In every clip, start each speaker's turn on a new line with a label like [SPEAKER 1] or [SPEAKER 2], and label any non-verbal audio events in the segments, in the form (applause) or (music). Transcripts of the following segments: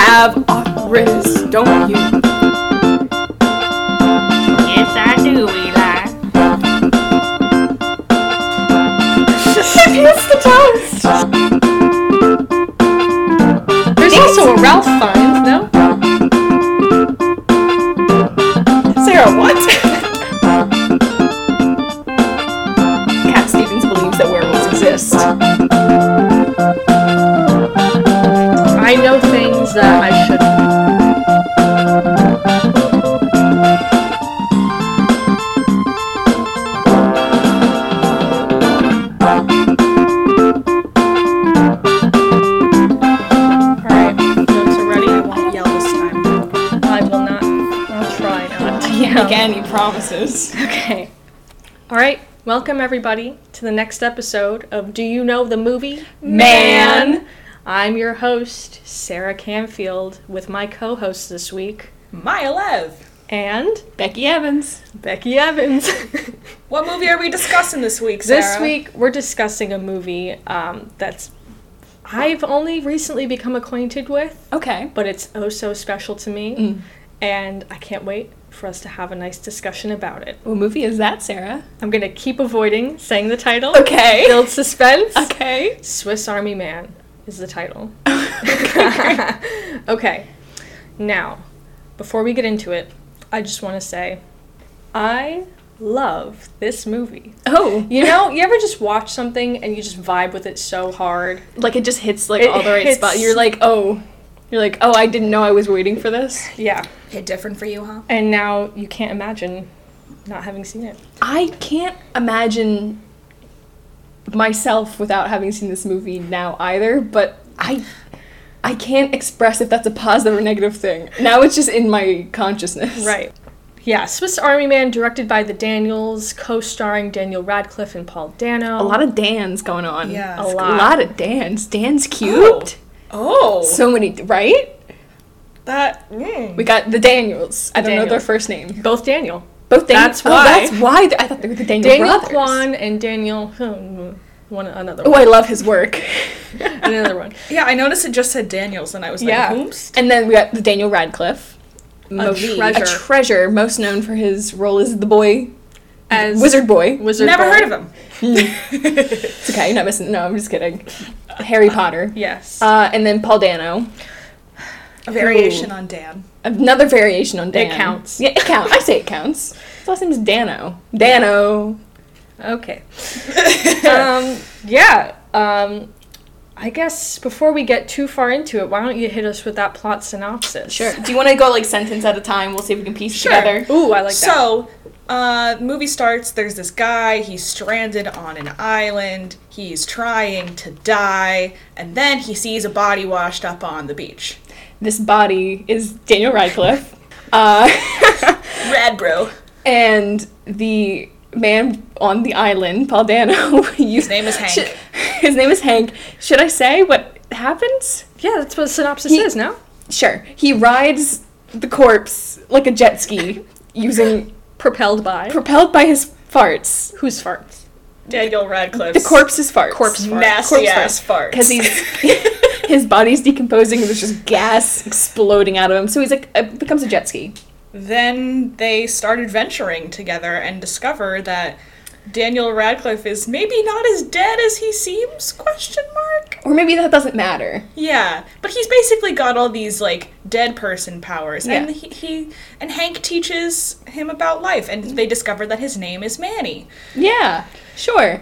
[SPEAKER 1] have operas, don't you?
[SPEAKER 2] Yes, I do, Eli.
[SPEAKER 1] Here's the toast.
[SPEAKER 3] There's also a Ralph find, no?
[SPEAKER 1] Sarah, what? (laughs) Cat Stevens believes that werewolves exist.
[SPEAKER 3] I know things that I shouldn't. Alright, notes are ready. I won't yell this time. I will not. I'll try not to yell.
[SPEAKER 1] Again, he promises.
[SPEAKER 3] (laughs) Okay. All right. Welcome everybody to the next episode of Do You Know the Movie
[SPEAKER 1] Man.
[SPEAKER 3] I'm your host Sarah Canfield with my co-host this week
[SPEAKER 1] Maya Lev.
[SPEAKER 3] and
[SPEAKER 1] Becky Evans.
[SPEAKER 3] Becky Evans. (laughs)
[SPEAKER 1] What movie are we discussing this week,
[SPEAKER 3] this week we're discussing a movie um, that's I've only recently become acquainted with,
[SPEAKER 1] Okay.
[SPEAKER 3] but it's oh so special to me,
[SPEAKER 1] Mm.
[SPEAKER 3] and I can't wait for us to have a nice discussion about it.
[SPEAKER 1] What movie is that, Sarah?
[SPEAKER 3] I'm gonna keep avoiding saying the title.
[SPEAKER 1] Okay.
[SPEAKER 3] Build suspense.
[SPEAKER 1] Okay.
[SPEAKER 3] Swiss Army Man is
[SPEAKER 4] (laughs)
[SPEAKER 3] the title. (laughs)
[SPEAKER 1] okay.
[SPEAKER 3] okay. Now, before we get into it, I just want to say I love this movie.
[SPEAKER 1] (laughs) Oh,
[SPEAKER 3] You know, you ever just watch something and you just vibe with it so hard?
[SPEAKER 1] like it just hits like
[SPEAKER 3] It
[SPEAKER 1] all the right
[SPEAKER 3] hits-
[SPEAKER 1] spots. You're like, oh, you're like, oh, I didn't know I was waiting for this.
[SPEAKER 3] Yeah.
[SPEAKER 4] Hit different for you, huh?
[SPEAKER 3] And now you can't imagine not having seen it.
[SPEAKER 1] I can't imagine myself without having seen this movie now either, but I I can't express if that's a positive or negative thing. Now it's just in my consciousness.
[SPEAKER 3] Right. Yeah, Swiss Army Man, directed by the Daniels, co starring Daniel Radcliffe and Paul Dano.
[SPEAKER 1] A lot of Dan's going on.
[SPEAKER 4] Yeah.
[SPEAKER 3] A
[SPEAKER 1] A
[SPEAKER 3] lot.
[SPEAKER 1] lot, of Dan's. Dan's cubed.
[SPEAKER 4] Oh,
[SPEAKER 1] So many, right?
[SPEAKER 4] that mm.
[SPEAKER 1] We got the Daniels. I don't know their
[SPEAKER 3] Daniels.
[SPEAKER 1] first name.
[SPEAKER 3] Both Daniel.
[SPEAKER 1] Both Daniels.
[SPEAKER 3] That's
[SPEAKER 1] oh,
[SPEAKER 3] why.
[SPEAKER 1] that's why. th- I thought they were the Daniel,
[SPEAKER 3] Daniel
[SPEAKER 1] brothers.
[SPEAKER 3] Kwan and Daniel hmm, one another
[SPEAKER 1] Oh,
[SPEAKER 3] one.
[SPEAKER 1] I love his work.
[SPEAKER 3] (laughs) another one.
[SPEAKER 4] yeah, I noticed it just said Daniels, and I was like,
[SPEAKER 3] Yeah.
[SPEAKER 4] "Oops."
[SPEAKER 1] And then we got the Daniel Radcliffe. Mostly-
[SPEAKER 3] treasure.
[SPEAKER 1] A treasure, most known for his role as the boy,
[SPEAKER 3] As
[SPEAKER 1] wizard boy.
[SPEAKER 3] Wizard
[SPEAKER 4] Never
[SPEAKER 3] Boy.
[SPEAKER 4] heard of him.
[SPEAKER 1] It's okay, you're not missing. No, I'm just kidding. Harry Potter.
[SPEAKER 3] Yes.
[SPEAKER 1] Uh, and then Paul Dano.
[SPEAKER 4] A variation on Dan.
[SPEAKER 1] Another variation on Dan.
[SPEAKER 3] counts.
[SPEAKER 1] Yeah, it counts. I say it counts. His last name is Dano. Dano.
[SPEAKER 3] okay. (laughs) um, yeah. Um, I guess before we get too far into it, why don't you hit us with that plot synopsis?
[SPEAKER 1] Do you want to go like sentence at a time? We'll see if we can piece
[SPEAKER 4] Sure.
[SPEAKER 3] Ooh, I like that.
[SPEAKER 4] so, uh, movie starts. There's this guy. He's stranded on an island. He's trying to die, and then he sees a body washed up on the beach.
[SPEAKER 1] This body is Daniel Radcliffe. uh, (laughs)
[SPEAKER 4] Rad, bro.
[SPEAKER 1] and the man on the island, Paul Dano. (laughs) his
[SPEAKER 4] name is Hank.
[SPEAKER 1] his name is Hank. Should I say what happens?
[SPEAKER 3] Yeah, that's what synopsis
[SPEAKER 1] He-
[SPEAKER 3] is. No.
[SPEAKER 1] Sure. He rides the corpse like a jet ski, using
[SPEAKER 3] Propelled by
[SPEAKER 1] propelled by his farts.
[SPEAKER 3] whose farts?
[SPEAKER 4] Daniel Radcliffe.
[SPEAKER 1] The corpse's farts.
[SPEAKER 3] Corpse farts.
[SPEAKER 4] Nasty
[SPEAKER 1] Corpse
[SPEAKER 4] ass fart. (laughs)
[SPEAKER 1] Because he's (laughs) his body's decomposing and there's just gas exploding out of him. So he's like uh, becomes a jet ski.
[SPEAKER 4] then they start adventuring together and discover that Daniel Radcliffe is maybe not as dead as he seems question mark
[SPEAKER 1] Or maybe that doesn't matter.
[SPEAKER 4] yeah but he's basically got all these like dead person powers and
[SPEAKER 1] Yeah.
[SPEAKER 4] he, he and Hank teaches him about life and they discover that his name is Manny
[SPEAKER 1] Yeah. Sure.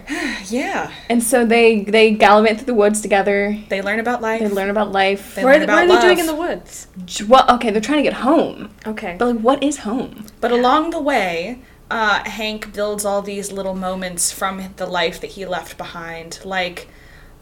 [SPEAKER 4] yeah
[SPEAKER 1] And so they they gallivant through the woods together.
[SPEAKER 4] they learn about life
[SPEAKER 1] They learn about life.
[SPEAKER 4] They
[SPEAKER 3] What are,
[SPEAKER 4] learn
[SPEAKER 3] they,
[SPEAKER 4] about
[SPEAKER 3] what are they
[SPEAKER 4] love.
[SPEAKER 3] doing in the woods?
[SPEAKER 1] J- Well, okay, they're trying to get home.
[SPEAKER 3] Okay.
[SPEAKER 1] But like, what is home?
[SPEAKER 4] But along the way, uh, Hank builds all these little moments from the life that he left behind, like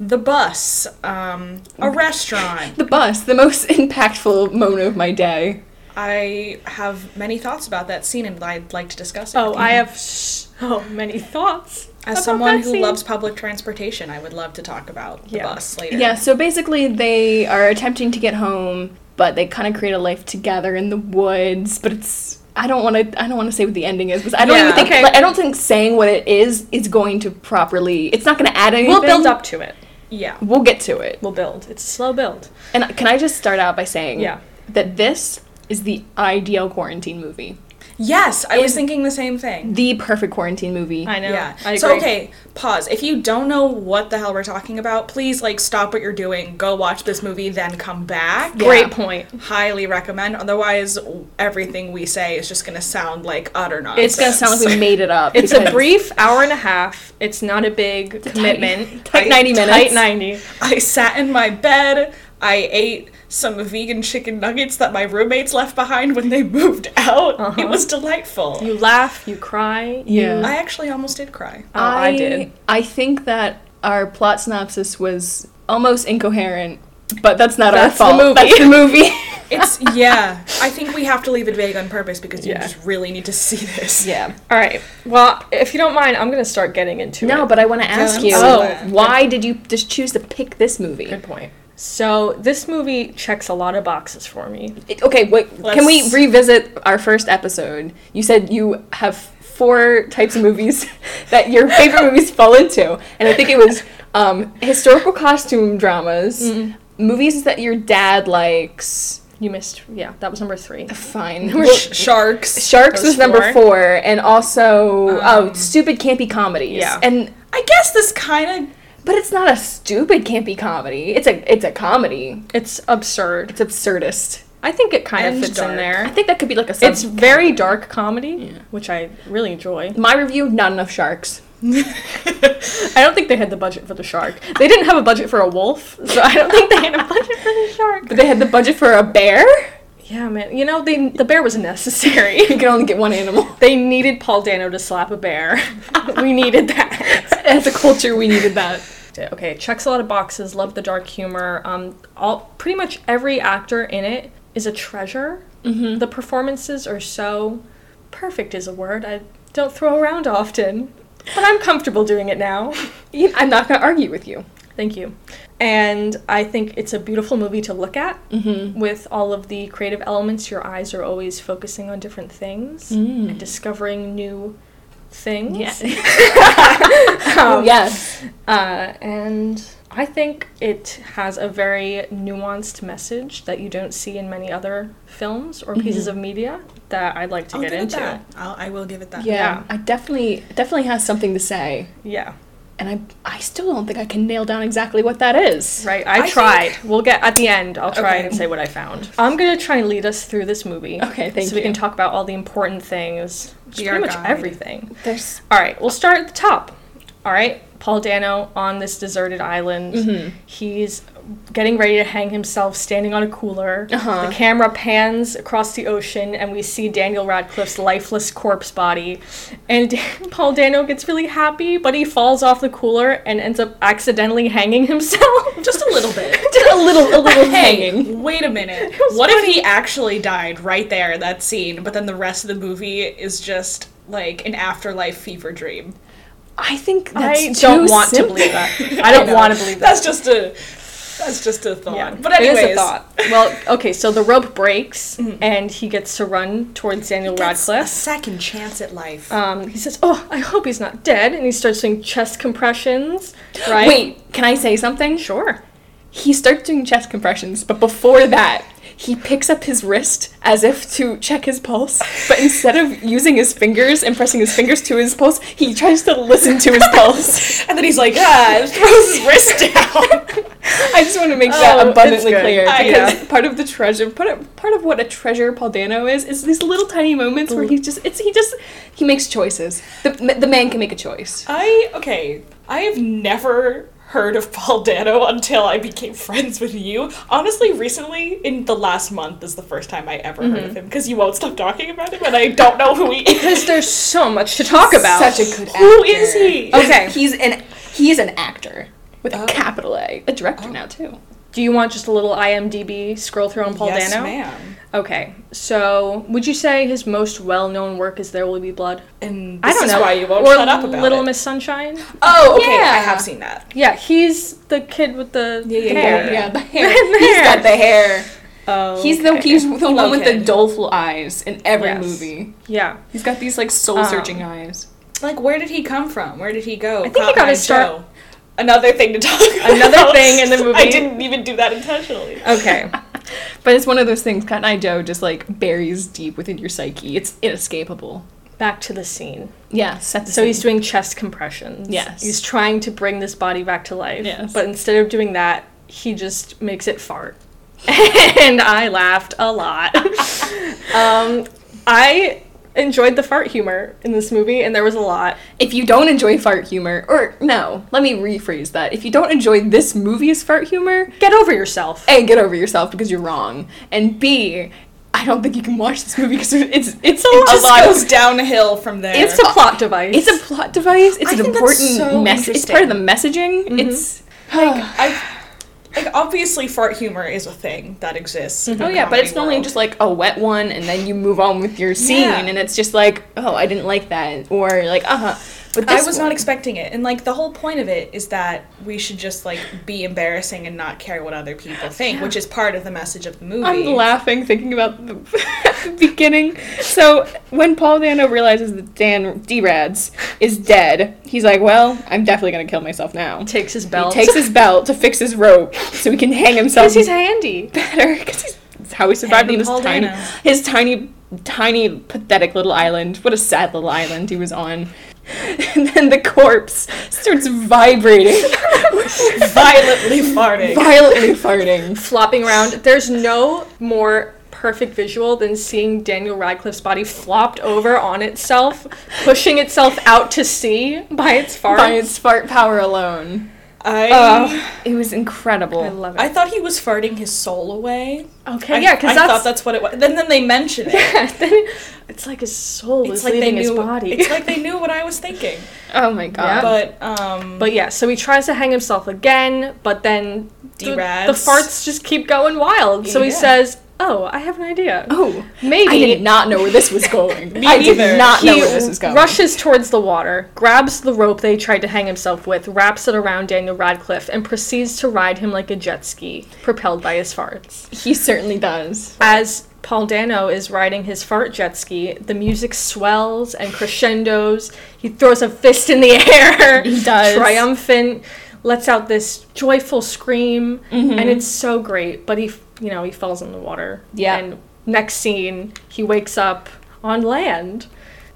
[SPEAKER 4] the bus, um, a restaurant.
[SPEAKER 1] Oh (laughs) The bus, the most impactful moment of my day.
[SPEAKER 4] I have many thoughts about that scene, and I'd like to discuss it.
[SPEAKER 3] Oh,
[SPEAKER 4] with you.
[SPEAKER 3] I have so many thoughts.
[SPEAKER 4] as
[SPEAKER 3] about
[SPEAKER 4] someone
[SPEAKER 3] that
[SPEAKER 4] who
[SPEAKER 3] scene.
[SPEAKER 4] loves public transportation, I would love to talk about the
[SPEAKER 3] Yeah.
[SPEAKER 4] bus later.
[SPEAKER 1] Yeah, so basically they are attempting to get home, but they kind of create a life together in the woods, but it's I don't want to. I don't want to say what the ending is because I don't
[SPEAKER 4] Yeah.
[SPEAKER 1] even think.
[SPEAKER 3] Okay.
[SPEAKER 1] Like, I don't think saying what it is is going to properly. It's not going to add anything.
[SPEAKER 3] We'll build up to it.
[SPEAKER 4] Yeah.
[SPEAKER 1] We'll get to it.
[SPEAKER 3] We'll build. It's a slow build.
[SPEAKER 1] And can I just start out by saying
[SPEAKER 3] Yeah.
[SPEAKER 1] that this is the ideal quarantine movie.
[SPEAKER 4] Yes, I was thinking the same thing.
[SPEAKER 1] The perfect quarantine movie.
[SPEAKER 3] I know.
[SPEAKER 4] Yeah.
[SPEAKER 3] I agree.
[SPEAKER 4] So okay, pause. If you don't know what the hell we're talking about, please like stop what you're doing, go watch this movie, then come back.
[SPEAKER 3] Great
[SPEAKER 1] Yeah.
[SPEAKER 3] point.
[SPEAKER 4] Highly recommend. Otherwise, everything we say is just gonna sound like utter nonsense.
[SPEAKER 1] It's gonna sound like we made it up.
[SPEAKER 3] (laughs) It's a
[SPEAKER 1] because-
[SPEAKER 3] brief hour and a half. It's not a big
[SPEAKER 1] (laughs)
[SPEAKER 3] commitment.
[SPEAKER 1] tight 90 minutes.
[SPEAKER 3] Tight 90.
[SPEAKER 4] I sat in my bed. I ate some vegan chicken nuggets that my roommates left behind when they (laughs) moved out. It was delightful.
[SPEAKER 3] Uh-huh. You laugh, you cry.
[SPEAKER 1] Yeah.
[SPEAKER 4] I actually almost did cry.
[SPEAKER 3] Oh, I did.
[SPEAKER 1] I think that our plot synopsis was almost incoherent, but that's not
[SPEAKER 3] That's the
[SPEAKER 1] our fault.
[SPEAKER 3] movie.
[SPEAKER 1] That's the
[SPEAKER 3] (laughs)
[SPEAKER 1] movie.
[SPEAKER 4] It's yeah. I think we have to leave it vague on purpose because you
[SPEAKER 3] Yeah.
[SPEAKER 4] just really need to see this.
[SPEAKER 1] yeah.
[SPEAKER 3] All right. Well, if you don't mind, I'm going to start getting into it.
[SPEAKER 1] No, but I want to ask
[SPEAKER 4] I'm
[SPEAKER 1] you,
[SPEAKER 4] sorry. Oh.
[SPEAKER 1] why did you just choose to pick this movie?
[SPEAKER 3] Good point. So this movie checks a lot of boxes for me.
[SPEAKER 1] It- okay, wait. Can we
[SPEAKER 4] Let's-
[SPEAKER 1] revisit our first episode? You said you have four types of movies (laughs) that your favorite
[SPEAKER 3] (laughs)
[SPEAKER 1] movies fall into, and I think it was um, historical costume dramas,
[SPEAKER 3] Mm-hmm.
[SPEAKER 1] movies that your dad likes.
[SPEAKER 3] You missed. Yeah, that was number three.
[SPEAKER 1] Fine.
[SPEAKER 4] Sh-
[SPEAKER 1] Well,
[SPEAKER 4] sharks.
[SPEAKER 1] Sharks
[SPEAKER 3] Those
[SPEAKER 1] was number
[SPEAKER 3] four. Um,
[SPEAKER 1] four, and also oh, stupid campy comedies.
[SPEAKER 3] Yeah.
[SPEAKER 1] and
[SPEAKER 4] I guess this kind
[SPEAKER 1] but it's not a stupid campy comedy. It's a it's a comedy.
[SPEAKER 3] It's absurd.
[SPEAKER 1] It's absurdist.
[SPEAKER 3] I think it kind
[SPEAKER 4] And
[SPEAKER 3] of fits
[SPEAKER 4] dark.
[SPEAKER 3] in
[SPEAKER 1] I
[SPEAKER 3] there.
[SPEAKER 1] think that could be like a. Sub-
[SPEAKER 3] It's very dark comedy, which I really enjoy.
[SPEAKER 1] my review. Not enough sharks.
[SPEAKER 3] I don't think they had the budget for the shark. They didn't have a budget for a wolf, so I don't think they had a budget for the shark.
[SPEAKER 1] But they had the budget for a bear. (laughs)
[SPEAKER 3] Yeah, man. You know, they, the bear was necessary. (laughs)
[SPEAKER 1] You can only get one animal.
[SPEAKER 3] They needed Paul Dano to slap a bear. (laughs) we needed that.
[SPEAKER 1] (laughs) As a culture, we needed that.
[SPEAKER 3] Okay, checks a lot of boxes. Love the dark humor. Um, all pretty much every actor in it is a treasure. Mm-hmm. The performances are so perfect is a word I don't throw around often, but I'm comfortable doing it now.
[SPEAKER 1] You- I'm not gonna argue with you.
[SPEAKER 3] Thank you. And I think it's a beautiful movie to look at
[SPEAKER 1] Mm-hmm.
[SPEAKER 3] with all of the creative elements. Your eyes are always focusing on different things
[SPEAKER 1] Mm.
[SPEAKER 3] and discovering new things.
[SPEAKER 4] (laughs)
[SPEAKER 3] (laughs) Um,
[SPEAKER 1] Oh yes.
[SPEAKER 3] Uh, and I think it has a very nuanced message that you don't see in many other films or pieces of media that I'd like to
[SPEAKER 4] of. Mm-hmm. I'll
[SPEAKER 3] get
[SPEAKER 4] give it
[SPEAKER 3] into.
[SPEAKER 4] that. I'll, I will give it that.
[SPEAKER 1] Yeah. I definitely definitely has something to say,
[SPEAKER 3] Yeah,
[SPEAKER 1] and I I still don't think I can nail down exactly what that is.
[SPEAKER 3] right. I,
[SPEAKER 4] I
[SPEAKER 3] tried. We'll get at the end. I'll try
[SPEAKER 4] Okay.
[SPEAKER 3] and say what I
[SPEAKER 4] (laughs)
[SPEAKER 3] found. I'm gonna try and lead us through this movie.
[SPEAKER 1] Okay, thank
[SPEAKER 3] So we can
[SPEAKER 1] you.
[SPEAKER 3] talk about all the important things. Just
[SPEAKER 4] Be
[SPEAKER 3] pretty
[SPEAKER 4] our
[SPEAKER 3] much
[SPEAKER 4] guide.
[SPEAKER 3] everything.
[SPEAKER 1] There's (laughs)
[SPEAKER 3] All right, we'll start at the top. All right, Paul Dano on this deserted island.
[SPEAKER 1] Mm-hmm.
[SPEAKER 3] He's getting ready to hang himself standing on a cooler.
[SPEAKER 1] Uh-huh.
[SPEAKER 3] The camera pans across the ocean and we see Daniel Radcliffe's lifeless corpse body. And (laughs) Paul Dano gets really happy, but he falls off the cooler and ends up accidentally hanging himself. (laughs)
[SPEAKER 4] Just a little bit.
[SPEAKER 1] just a little a little
[SPEAKER 4] Hey,
[SPEAKER 1] hanging.
[SPEAKER 4] wait a minute. What if he actually died right there in that scene, but then the rest of the movie is just like an afterlife fever dream?
[SPEAKER 1] I think that's
[SPEAKER 3] I don't
[SPEAKER 1] too
[SPEAKER 3] want
[SPEAKER 1] simple.
[SPEAKER 3] to
[SPEAKER 1] (laughs)
[SPEAKER 3] believe that. I don't want to believe that.
[SPEAKER 4] That's just a that's just a thought.
[SPEAKER 3] Yeah.
[SPEAKER 4] But anyways,
[SPEAKER 3] it is a thought. Well, okay, so the rope breaks
[SPEAKER 1] Mm-hmm.
[SPEAKER 3] and he gets to run towards Daniel Radcliffe.
[SPEAKER 4] second chance at life.
[SPEAKER 3] Um, he says, "Oh, I hope he's not dead," and he starts doing chest compressions. Right?
[SPEAKER 1] Wait, can I say something?
[SPEAKER 3] sure.
[SPEAKER 1] He starts doing chest compressions, but before that, he picks up his wrist as if to check his pulse, but instead of using his fingers and pressing his fingers to his pulse, he tries to listen to his
[SPEAKER 4] (laughs)
[SPEAKER 1] pulse.
[SPEAKER 4] and then he's like, ah, throws his wrist down.
[SPEAKER 1] (laughs) I just want to make that
[SPEAKER 3] Oh,
[SPEAKER 1] abundantly
[SPEAKER 3] it's good.
[SPEAKER 1] clear
[SPEAKER 4] I-
[SPEAKER 1] because part of the treasure, part of, part of what a treasure Paul Dano is, is these little tiny moments where he just it's he just he makes choices. The the man can make a choice.
[SPEAKER 4] (laughs) I okay. I have never heard of Paul Dano until I became (laughs) friends with you. Honestly, recently in the last month is the first time I ever heard
[SPEAKER 3] Mm-hmm.
[SPEAKER 4] of him because you won't stop talking about him, and I don't know who he is.
[SPEAKER 3] Because there's so much to talk about.
[SPEAKER 1] Such a good actor.
[SPEAKER 4] Who is he?
[SPEAKER 3] Okay.
[SPEAKER 1] He's an he is an actor with a capital A, a director now too.
[SPEAKER 3] Do you want just a little IMDb scroll through on Paul
[SPEAKER 4] yes,
[SPEAKER 3] Dano?
[SPEAKER 4] ma'am.
[SPEAKER 3] Okay. So, would you say his most well-known work is "There Will Be Blood"?
[SPEAKER 4] And
[SPEAKER 3] I
[SPEAKER 4] this
[SPEAKER 3] don't
[SPEAKER 4] is
[SPEAKER 3] know.
[SPEAKER 4] why you won't
[SPEAKER 3] or
[SPEAKER 4] shut up about
[SPEAKER 3] Little
[SPEAKER 4] it.
[SPEAKER 3] Miss Sunshine.
[SPEAKER 4] oh, okay. I
[SPEAKER 3] Yeah.
[SPEAKER 4] have seen that.
[SPEAKER 3] Yeah, he's the kid with the
[SPEAKER 4] yeah,
[SPEAKER 3] hair.
[SPEAKER 4] yeah.
[SPEAKER 1] the hair.
[SPEAKER 3] Right
[SPEAKER 1] He's
[SPEAKER 3] there.
[SPEAKER 1] got the hair.
[SPEAKER 3] Oh,
[SPEAKER 1] He's the he's the one with the
[SPEAKER 4] kid.
[SPEAKER 1] doleful eyes in every
[SPEAKER 3] Yes.
[SPEAKER 1] movie.
[SPEAKER 3] yeah.
[SPEAKER 1] He's got these like soul searching eyes.
[SPEAKER 4] Like, where did he come from? Where did he go? I
[SPEAKER 3] think he got his start-
[SPEAKER 4] another thing to talk about.
[SPEAKER 3] Another thing in the
[SPEAKER 4] (laughs)
[SPEAKER 3] movie.
[SPEAKER 4] I didn't even do that intentionally.
[SPEAKER 3] Okay.
[SPEAKER 1] But it's one of those things Cat and I Joe just like buries deep within your psyche. It's inescapable.
[SPEAKER 3] Back to the scene.
[SPEAKER 1] Yeah, set the
[SPEAKER 3] So he's
[SPEAKER 1] scene.
[SPEAKER 3] doing chest compressions.
[SPEAKER 1] Yes.
[SPEAKER 3] He's trying to bring this body back to life.
[SPEAKER 1] Yes.
[SPEAKER 3] But instead of doing that, he just makes it fart. (laughs) and I laughed
[SPEAKER 1] (laughs)
[SPEAKER 3] a lot. um, I enjoyed the fart humor in this movie, and there was a lot.
[SPEAKER 1] If you don't enjoy fart humor, or no, let me rephrase that. If you don't enjoy this movie's fart humor,
[SPEAKER 3] Get over yourself.
[SPEAKER 1] A, get over yourself because you're wrong, and B, I don't think you can watch this movie because it's it's a
[SPEAKER 4] A lot
[SPEAKER 1] of
[SPEAKER 4] goes downhill from there.
[SPEAKER 3] It's a plot device.
[SPEAKER 1] it's a plot device. It's
[SPEAKER 4] I
[SPEAKER 1] an
[SPEAKER 4] think that's
[SPEAKER 1] important
[SPEAKER 4] so Mm-hmm.
[SPEAKER 1] message. It's part of the messaging. It's
[SPEAKER 4] I, like obviously fart humor is a thing that exists. in the
[SPEAKER 1] oh yeah, but
[SPEAKER 4] comedy
[SPEAKER 1] it's normally
[SPEAKER 4] world.
[SPEAKER 1] just like a wet one, and then you move on with your scene,
[SPEAKER 4] Yeah.
[SPEAKER 1] and it's just like oh I didn't like that, or like uh huh. But
[SPEAKER 4] I
[SPEAKER 1] this
[SPEAKER 4] was
[SPEAKER 1] one-
[SPEAKER 4] not expecting it, and like the whole point of it is that we should just like be embarrassing and not care what other people think, which is part of the message of the movie.
[SPEAKER 1] I'm laughing thinking about the, (laughs) the beginning. So when Paul Dano realizes that Dan D Rads is dead, he's like, "Well, I'm definitely gonna kill myself now."
[SPEAKER 3] takes his belt.
[SPEAKER 1] He takes his belt to fix his rope so he can hang himself
[SPEAKER 3] because he's handy.
[SPEAKER 1] better. Because that's how he survived
[SPEAKER 4] Handy
[SPEAKER 1] on this
[SPEAKER 4] Paul
[SPEAKER 1] tiny,
[SPEAKER 4] Dano.
[SPEAKER 1] his tiny, tiny, pathetic little island. What a sad little island he was on. And then the corpse starts vibrating,
[SPEAKER 4] violently
[SPEAKER 1] (laughs)
[SPEAKER 4] farting.
[SPEAKER 1] violently farting.
[SPEAKER 3] Flopping around. There's no more perfect visual than seeing Daniel Radcliffe's body flopped over on itself, pushing itself out to sea by its farts.
[SPEAKER 1] By its fart power alone. Oh,
[SPEAKER 4] I
[SPEAKER 1] It was incredible.
[SPEAKER 3] I love it.
[SPEAKER 4] I thought he was farting his soul away.
[SPEAKER 3] okay,
[SPEAKER 4] I,
[SPEAKER 3] yeah, because
[SPEAKER 4] I
[SPEAKER 3] that's,
[SPEAKER 4] thought that's what it was. Then then they mention
[SPEAKER 3] (laughs)
[SPEAKER 4] it.
[SPEAKER 3] then it's like his soul
[SPEAKER 4] It's
[SPEAKER 3] is
[SPEAKER 4] like they
[SPEAKER 3] leaving his
[SPEAKER 4] knew.
[SPEAKER 3] body. (laughs)
[SPEAKER 4] It's like they knew what I was thinking.
[SPEAKER 1] Oh my god.
[SPEAKER 4] But um,
[SPEAKER 3] but yeah, so he tries to hang himself again, but then the, the
[SPEAKER 4] D-Rads.
[SPEAKER 3] farts just keep going wild. So he
[SPEAKER 4] Yeah.
[SPEAKER 3] says, "Oh, I have an idea.
[SPEAKER 1] oh,
[SPEAKER 3] Maybe
[SPEAKER 1] I did not know where this was going. I did
[SPEAKER 4] either.
[SPEAKER 1] not know
[SPEAKER 3] He
[SPEAKER 1] where this was going.
[SPEAKER 3] rushes towards the water, grabs the rope they tried to hang himself with, wraps it around Daniel Radcliffe, and proceeds to ride him like a jet ski, propelled by his farts.
[SPEAKER 1] He certainly does.
[SPEAKER 3] As Paul Dano is riding his fart jet ski, the music swells and crescendos. He throws a fist in the (laughs) air.
[SPEAKER 1] He does.
[SPEAKER 3] Triumphant, lets out this joyful scream,
[SPEAKER 4] Mm-hmm.
[SPEAKER 3] and it's so great. But he, f- you know, he falls in the water.
[SPEAKER 1] Yeah.
[SPEAKER 3] And next scene, he wakes up on land,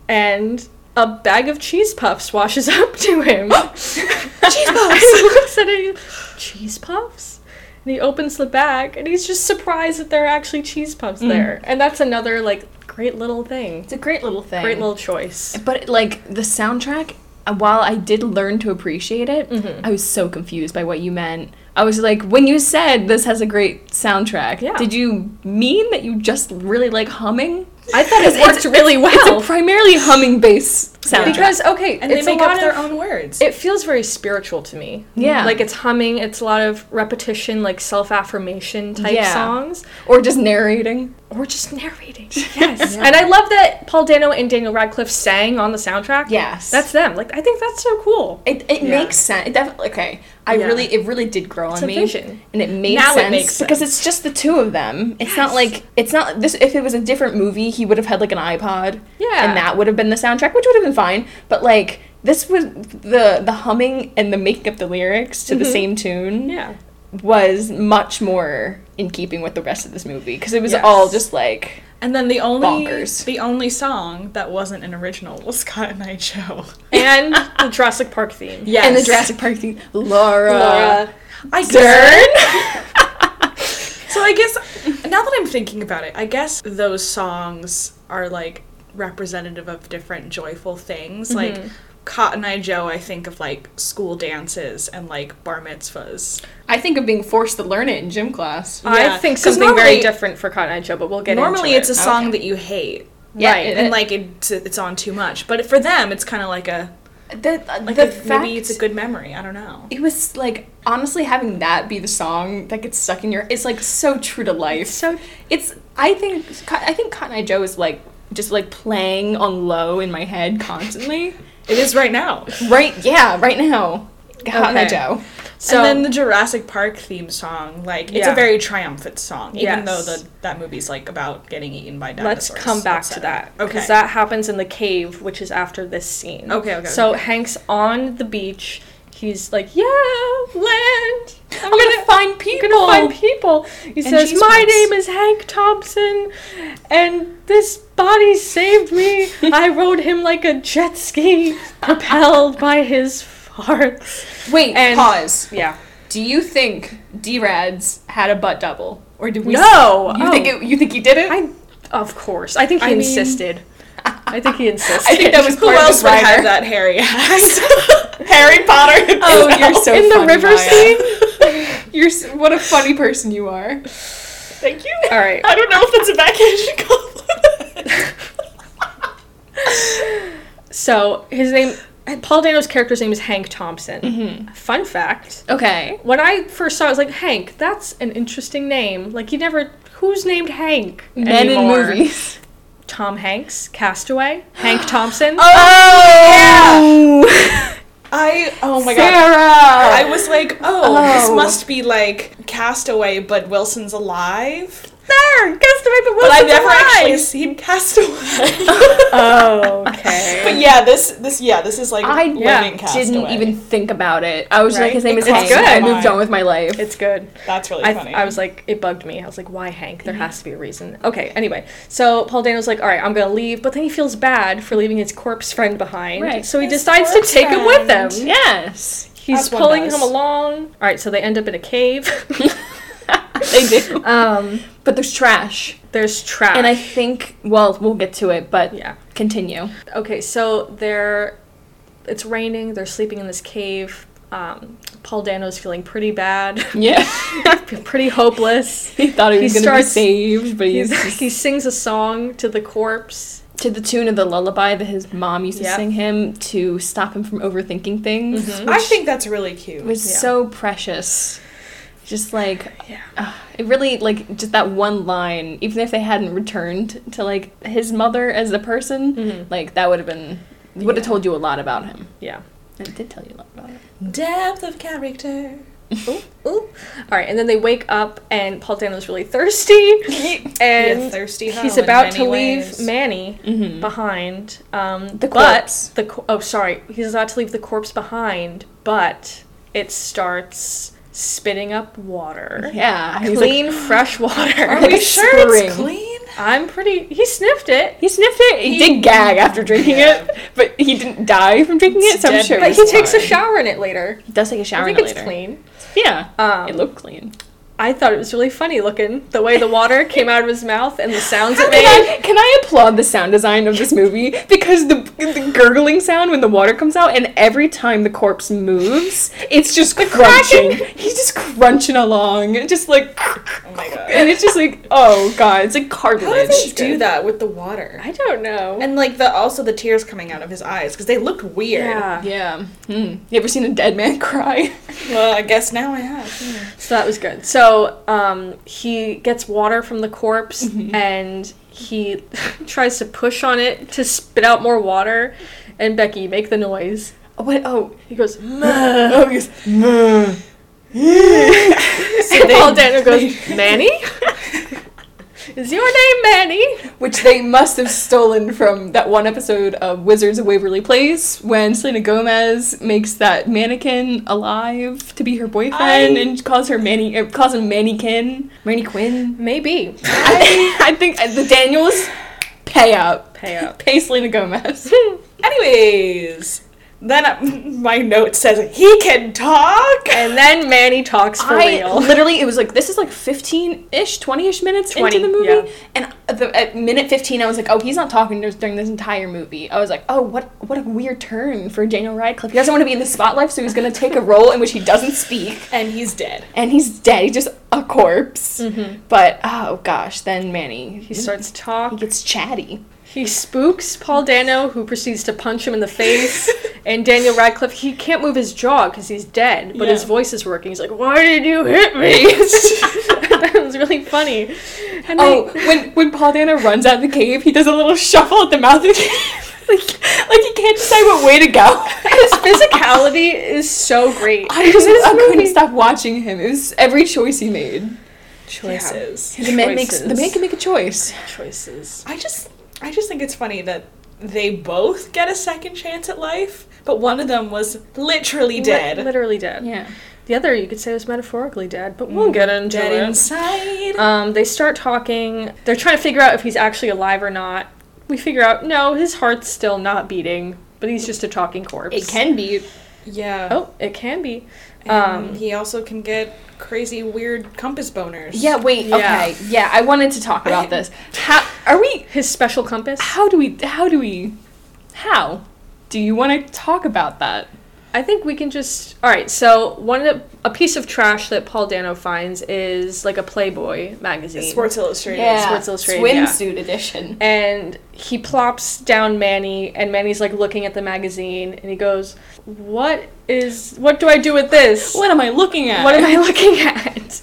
[SPEAKER 3] and a bag of cheese puffs washes (laughs) up to him.
[SPEAKER 4] (gasps)
[SPEAKER 3] cheese (laughs) puffs. he looks at it. Cheese puffs. And he opens the bag, and he's just surprised that there are actually cheese puffs
[SPEAKER 4] Mm-hmm.
[SPEAKER 3] there. And that's another like great little thing.
[SPEAKER 1] It's a great little thing.
[SPEAKER 3] Great little choice.
[SPEAKER 1] But like the soundtrack, uh, while I did learn to appreciate it,
[SPEAKER 3] Mm-hmm.
[SPEAKER 1] I was so confused by what you meant. I was like, when you said this has a great soundtrack,
[SPEAKER 3] Yeah.
[SPEAKER 1] did you mean that you just really like humming?
[SPEAKER 3] I thought it worked really well.
[SPEAKER 1] It's a primarily humming based soundtrack.
[SPEAKER 3] Because okay,
[SPEAKER 4] and
[SPEAKER 3] it's
[SPEAKER 4] they
[SPEAKER 3] a
[SPEAKER 4] make
[SPEAKER 3] lot
[SPEAKER 4] up their
[SPEAKER 3] of-
[SPEAKER 4] own words.
[SPEAKER 3] It feels very spiritual to me.
[SPEAKER 1] Yeah.
[SPEAKER 3] like it's humming. It's a lot of repetition, like self affirmation type
[SPEAKER 1] Yeah.
[SPEAKER 3] songs,
[SPEAKER 1] or just narrating.
[SPEAKER 3] or just narrating.
[SPEAKER 4] (laughs)
[SPEAKER 3] Yes, and I love that Paul Dano and Daniel Radcliffe sang on the soundtrack.
[SPEAKER 1] Yes.
[SPEAKER 3] that's them. Like I think that's so cool.
[SPEAKER 1] It, it
[SPEAKER 4] Yeah.
[SPEAKER 1] makes sense. It definitely okay. I
[SPEAKER 3] Yeah.
[SPEAKER 1] really it really did grow
[SPEAKER 3] It's
[SPEAKER 1] on
[SPEAKER 3] a
[SPEAKER 1] me,
[SPEAKER 3] vision.
[SPEAKER 1] and it made
[SPEAKER 4] Now it
[SPEAKER 1] sense
[SPEAKER 4] makes
[SPEAKER 1] because
[SPEAKER 4] sense.
[SPEAKER 1] it's just the two of them. It's not like it's not this. If it was a different movie, he would have had like an iPod,
[SPEAKER 3] Yeah.
[SPEAKER 1] and that would have been the soundtrack, which would have been fine. But like this was the the humming and the making up the lyrics to the same tune
[SPEAKER 3] Mm-hmm. Yeah,
[SPEAKER 1] was much more in keeping with the rest of this movie because it was
[SPEAKER 3] Yes.
[SPEAKER 1] all just like
[SPEAKER 4] and then the only
[SPEAKER 1] bonkers.
[SPEAKER 4] the only song that wasn't an original was Scott and I
[SPEAKER 3] (laughs)
[SPEAKER 4] Joe.
[SPEAKER 3] and the Jurassic Park theme.
[SPEAKER 4] Yes.
[SPEAKER 1] and the Jurassic Park theme, Laura,
[SPEAKER 3] Laura.
[SPEAKER 4] I guess,
[SPEAKER 1] Dern.
[SPEAKER 4] so I guess now that I'm thinking about it, I guess those songs are like representative of different joyful things. Like
[SPEAKER 3] Mm-hmm.
[SPEAKER 4] Cotton Eye Joe, I think of like school dances and like bar mitzvahs.
[SPEAKER 1] I think of being forced to learn it in gym class.
[SPEAKER 3] I
[SPEAKER 4] Yeah.
[SPEAKER 3] think
[SPEAKER 4] 'Cause
[SPEAKER 3] something very
[SPEAKER 4] normally-
[SPEAKER 3] different for Cotton Eye Joe, but we'll get
[SPEAKER 4] Normally,
[SPEAKER 3] into
[SPEAKER 4] it's
[SPEAKER 3] it. Oh,
[SPEAKER 4] a song
[SPEAKER 1] Okay.
[SPEAKER 4] that you hate,
[SPEAKER 1] Yeah,
[SPEAKER 3] right,
[SPEAKER 1] it-
[SPEAKER 4] and like it's it's on too much. But for them, it's kind of like a
[SPEAKER 1] The,
[SPEAKER 4] like
[SPEAKER 1] uh, the
[SPEAKER 4] a,
[SPEAKER 1] fact
[SPEAKER 4] maybe it's a good memory. I don't know.
[SPEAKER 1] it was like honestly having that be the song that gets stuck in your it's like so true to life.
[SPEAKER 3] so-
[SPEAKER 1] it's I think I think Cotton Eye Joe is like just like playing on low in my head constantly.
[SPEAKER 4] It is right
[SPEAKER 3] (laughs)
[SPEAKER 4] now.
[SPEAKER 1] right? Yeah, right now. Cotton Eye
[SPEAKER 3] Okay.
[SPEAKER 1] Joe.
[SPEAKER 3] So
[SPEAKER 4] and then the Jurassic Park theme song, like it's
[SPEAKER 3] Yeah.
[SPEAKER 4] a very triumphant song, even
[SPEAKER 3] Yes.
[SPEAKER 4] though the that movie's like about getting eaten by
[SPEAKER 3] Let's
[SPEAKER 4] dinosaurs.
[SPEAKER 3] come back to
[SPEAKER 4] etc.
[SPEAKER 3] that because
[SPEAKER 4] Okay.
[SPEAKER 3] that happens in the cave, which is after this scene.
[SPEAKER 4] Okay, okay,
[SPEAKER 3] So
[SPEAKER 4] okay.
[SPEAKER 3] Hank's on the beach. he's like, yeah, land.
[SPEAKER 1] I'm gonna find people.
[SPEAKER 3] I'm gonna find people. He says,
[SPEAKER 1] she's
[SPEAKER 3] my
[SPEAKER 1] Hobbs.
[SPEAKER 3] name is Hank Thompson, and this body saved me. I rode him like a jet ski, propelled by his farts.
[SPEAKER 1] Wait,
[SPEAKER 3] And-
[SPEAKER 1] pause.
[SPEAKER 3] Yeah.
[SPEAKER 1] Do you think D-Rads had a butt double, or did we?
[SPEAKER 3] No.
[SPEAKER 1] You
[SPEAKER 3] oh.
[SPEAKER 1] think it, you think he did it?
[SPEAKER 3] I, of course. I think he
[SPEAKER 4] I mean-
[SPEAKER 3] insisted. I think he
[SPEAKER 1] (laughs)
[SPEAKER 3] insisted.
[SPEAKER 1] I think that was
[SPEAKER 4] Who
[SPEAKER 1] part
[SPEAKER 4] else
[SPEAKER 1] of the
[SPEAKER 4] would have
[SPEAKER 1] rider. (laughs)
[SPEAKER 4] that
[SPEAKER 3] (laughs)
[SPEAKER 4] hairy ass? (laughs) Harry Potter.
[SPEAKER 1] Oh,
[SPEAKER 4] himself.
[SPEAKER 1] you're so
[SPEAKER 3] in the
[SPEAKER 1] funny,
[SPEAKER 3] river
[SPEAKER 1] Maya.
[SPEAKER 3] scene. (laughs)
[SPEAKER 1] You're s- what a funny person you are.
[SPEAKER 4] Thank you.
[SPEAKER 3] All right.
[SPEAKER 4] I don't know if that's a backhanded compliment. (laughs)
[SPEAKER 3] (laughs) So his name, Paul Dano's character's name is Hank Thompson.
[SPEAKER 4] Mm-hmm.
[SPEAKER 3] Fun fact:
[SPEAKER 1] Okay.
[SPEAKER 3] When I first saw, it, I was like, Hank, that's an interesting name. Like you never, who's named Hank
[SPEAKER 1] Men
[SPEAKER 3] anymore?
[SPEAKER 1] in movies.
[SPEAKER 3] Tom Hanks, Castaway, Hank
[SPEAKER 4] (gasps)
[SPEAKER 3] Thompson.
[SPEAKER 1] Oh.
[SPEAKER 4] I oh my god.
[SPEAKER 1] Sarah.
[SPEAKER 4] I was like, oh, this must be like Castaway, but Wilson's alive.
[SPEAKER 3] there, Castaway, but
[SPEAKER 4] But I've
[SPEAKER 3] Wilson's
[SPEAKER 4] never
[SPEAKER 3] alive.
[SPEAKER 4] actually seen Castaway.
[SPEAKER 3] Oh, okay.
[SPEAKER 4] But yeah, this this yeah, this is like
[SPEAKER 1] I
[SPEAKER 4] learning
[SPEAKER 1] yeah,
[SPEAKER 4] Castaway.
[SPEAKER 1] didn't even think about it. I was just
[SPEAKER 3] Right?
[SPEAKER 1] like, his name is
[SPEAKER 4] It's
[SPEAKER 1] Hank.
[SPEAKER 4] good.
[SPEAKER 1] I moved on with my life.
[SPEAKER 3] It's good.
[SPEAKER 4] That's really
[SPEAKER 3] I,
[SPEAKER 4] funny. Mm-hmm.
[SPEAKER 3] I was like, it bugged me. I was like, why Hank? There has to be a reason. Okay, anyway. So Paul Dano's like, all right, I'm going to leave. But then he feels bad for leaving his corpse friend behind.
[SPEAKER 1] Right.
[SPEAKER 3] So he
[SPEAKER 4] His
[SPEAKER 3] decides to
[SPEAKER 4] corpse
[SPEAKER 3] take him with
[SPEAKER 4] friend.
[SPEAKER 3] him.
[SPEAKER 1] yes.
[SPEAKER 3] He's
[SPEAKER 4] As one
[SPEAKER 3] pulling
[SPEAKER 4] does.
[SPEAKER 3] him along. All right, so they end up in
[SPEAKER 4] (laughs)
[SPEAKER 3] a cave.
[SPEAKER 1] (laughs) they do.
[SPEAKER 3] um,
[SPEAKER 1] But there's trash.
[SPEAKER 3] there's trash.
[SPEAKER 1] And I think, well, we'll get to it, but
[SPEAKER 3] Yeah.
[SPEAKER 1] continue.
[SPEAKER 3] Okay, so they're it's raining, they're sleeping in this cave. Um, Paul Dano's feeling pretty bad, (laughs)
[SPEAKER 1] Yeah. (laughs)
[SPEAKER 3] pretty hopeless.
[SPEAKER 1] he thought he
[SPEAKER 3] He
[SPEAKER 1] was going to be
[SPEAKER 3] starts-
[SPEAKER 1] saved, but (laughs) he's,
[SPEAKER 3] He's, (laughs) he sings a song to the corpse.
[SPEAKER 1] to the tune of the lullaby that his mom used to
[SPEAKER 3] Yep.
[SPEAKER 1] sing him to stop him from overthinking things.
[SPEAKER 4] Mm-hmm. I think that's really
[SPEAKER 1] It
[SPEAKER 4] cute.
[SPEAKER 1] was
[SPEAKER 3] Yeah.
[SPEAKER 1] so precious. Just like
[SPEAKER 3] Yeah.
[SPEAKER 1] ah, it really like just that one line, even if they hadn't returned to like his mother as a person, like that would have been would have
[SPEAKER 3] Mm. Yeah.
[SPEAKER 1] told you a lot about him.
[SPEAKER 3] Yeah.
[SPEAKER 1] And it did tell you a lot about him.
[SPEAKER 4] Depth of character.
[SPEAKER 3] Ooh. All right, and then they wake up, and Paul Dano's really thirsty, and
[SPEAKER 4] a thirsty
[SPEAKER 3] he's
[SPEAKER 4] hoe in
[SPEAKER 3] about to
[SPEAKER 4] many
[SPEAKER 3] leave
[SPEAKER 4] ways.
[SPEAKER 3] Manny
[SPEAKER 1] Mm-hmm.
[SPEAKER 3] behind. Um,
[SPEAKER 1] The
[SPEAKER 3] but
[SPEAKER 1] corpse.
[SPEAKER 3] The co- oh, sorry, he's about to leave the corpse behind, but it starts spitting up water.
[SPEAKER 1] Yeah. he was like,
[SPEAKER 3] Clean, fresh water.
[SPEAKER 4] Are we
[SPEAKER 1] (laughs)
[SPEAKER 4] sure
[SPEAKER 1] Whispering.
[SPEAKER 4] it's clean?
[SPEAKER 3] I'm pretty. He sniffed it.
[SPEAKER 1] he sniffed it. He, did gag after drinking
[SPEAKER 4] Yeah.
[SPEAKER 1] it, but he didn't die from drinking it.
[SPEAKER 4] It's
[SPEAKER 1] So I'm
[SPEAKER 4] dead
[SPEAKER 1] sure.
[SPEAKER 4] but
[SPEAKER 3] But he takes a shower in it later.
[SPEAKER 1] Does take a shower
[SPEAKER 3] I think
[SPEAKER 1] in it
[SPEAKER 3] it's
[SPEAKER 1] later.
[SPEAKER 3] clean.
[SPEAKER 1] Yeah.
[SPEAKER 3] Um,
[SPEAKER 1] it looked clean.
[SPEAKER 3] I thought it was really funny looking the way the
[SPEAKER 1] (laughs)
[SPEAKER 3] water came out of his mouth and the sounds it
[SPEAKER 1] Can
[SPEAKER 3] made.
[SPEAKER 1] I, (laughs) can I applaud the sound design of this movie? Because the, the gurgling sound when the water comes out, and every time the corpse moves, it's just crunching. He's just crunching along, and just like,
[SPEAKER 4] Oh
[SPEAKER 1] (laughs)
[SPEAKER 4] my god.
[SPEAKER 1] and it's just like, oh god, it's like
[SPEAKER 4] How did
[SPEAKER 1] cartilage.
[SPEAKER 4] they do that with the water?
[SPEAKER 3] I don't know.
[SPEAKER 4] And like the also the tears coming out of his eyes because they looked weird.
[SPEAKER 3] yeah.
[SPEAKER 1] Yeah. Hmm. You ever seen a dead man (laughs) cry?
[SPEAKER 4] Well, I guess now I have.
[SPEAKER 3] So that was good. So um, he gets water from the corpse
[SPEAKER 1] Mm-hmm.
[SPEAKER 3] and he (laughs) tries to push on it to spit out more water. And Becky, make the noise.
[SPEAKER 1] What? (laughs) Oh.
[SPEAKER 3] He goes,
[SPEAKER 1] (laughs) Oh, he goes, "Meh."
[SPEAKER 3] and Paul Dano
[SPEAKER 1] (laughs)
[SPEAKER 3] goes, Manny? Is your name Manny?
[SPEAKER 1] which they must have stolen from that one episode of Wizards of Waverly Place when Selena Gomez makes that mannequin alive to be her boyfriend
[SPEAKER 4] I-
[SPEAKER 1] and calls her Manny, er, calls him Mannequin, Manny Quinn.
[SPEAKER 3] Maybe.
[SPEAKER 1] I, (laughs) I think uh, the Daniels pay up,
[SPEAKER 3] Pay up.
[SPEAKER 1] pay Selena Gomez.
[SPEAKER 4] Anyways, then uh, my note says he can talk.
[SPEAKER 3] And then Manny talks for
[SPEAKER 1] I
[SPEAKER 3] real. (laughs)
[SPEAKER 1] literally, it was like this is like fifteen ish, twenty ish minutes
[SPEAKER 3] 20,
[SPEAKER 1] into the movie,
[SPEAKER 3] yeah.
[SPEAKER 1] and at, the, at minute fifteen, I was like, oh, he's not talking dur- during this entire movie. I was like, oh, what what a weird turn for Daniel Radcliffe. He doesn't want to be in the spotlight, so he's gonna
[SPEAKER 3] (laughs)
[SPEAKER 1] take a role in which he doesn't speak,
[SPEAKER 4] and he's dead.
[SPEAKER 1] and he's dead. He's just a corpse. But oh gosh, then Manny
[SPEAKER 3] Mm-hmm. He
[SPEAKER 1] he,
[SPEAKER 3] starts to talk.
[SPEAKER 1] gets chatty.
[SPEAKER 3] He spooks Paul Dano, who proceeds to punch him in the face.
[SPEAKER 1] (laughs)
[SPEAKER 3] and Daniel Radcliffe, he can't move his jaw because he's dead, but his
[SPEAKER 4] Yeah.
[SPEAKER 3] voice is working. He's like, Why did you hit
[SPEAKER 1] (laughs)
[SPEAKER 3] me? (laughs) that was really funny. And
[SPEAKER 1] Oh,
[SPEAKER 3] they-
[SPEAKER 1] when when Paul Dano runs out of the cave, he does a little shuffle at the mouth of the cave. (laughs) Like, like he can't decide what way to go.
[SPEAKER 3] (laughs) (laughs)
[SPEAKER 1] (laughs)
[SPEAKER 3] his physicality is so great.
[SPEAKER 1] I just
[SPEAKER 3] This
[SPEAKER 1] I couldn't
[SPEAKER 3] movie-
[SPEAKER 1] stop watching him. It was every choice he made.
[SPEAKER 4] Choices.
[SPEAKER 1] The man makes the man can make a choice.
[SPEAKER 3] choices.
[SPEAKER 4] I just I just think it's funny that they both get a second chance at life, but one of them was literally dead.
[SPEAKER 3] Li- literally dead.
[SPEAKER 1] Yeah. Mm.
[SPEAKER 3] The other, you could say, was metaphorically dead, but we'll get into
[SPEAKER 4] dead
[SPEAKER 3] it.
[SPEAKER 4] inside.
[SPEAKER 3] Um, they start talking. They're trying to figure out if he's actually alive or not. We figure out no, his heart's still not beating, but he's just a talking corpse.
[SPEAKER 1] It can be.
[SPEAKER 4] yeah.
[SPEAKER 3] Oh, it can be.
[SPEAKER 4] And
[SPEAKER 3] Um,
[SPEAKER 4] he also can get crazy, weird compass boners.
[SPEAKER 1] Yeah, wait,
[SPEAKER 3] Yeah.
[SPEAKER 1] okay. Yeah, I wanted to talk about this. How are we
[SPEAKER 3] his special compass.
[SPEAKER 1] how do we how do we how do you want to talk about that?
[SPEAKER 3] I think we can just. All right. So one of the, a piece of trash that Paul Dano finds is like a Playboy magazine.
[SPEAKER 4] Sports Illustrated.
[SPEAKER 3] Sports Illustrated, yeah.
[SPEAKER 1] swimsuit edition.
[SPEAKER 3] and he plops down Manny, and Manny's like looking at the magazine, and he goes, "What is? What do I do with this?
[SPEAKER 1] What am I looking at?
[SPEAKER 3] what am I (laughs) looking at?"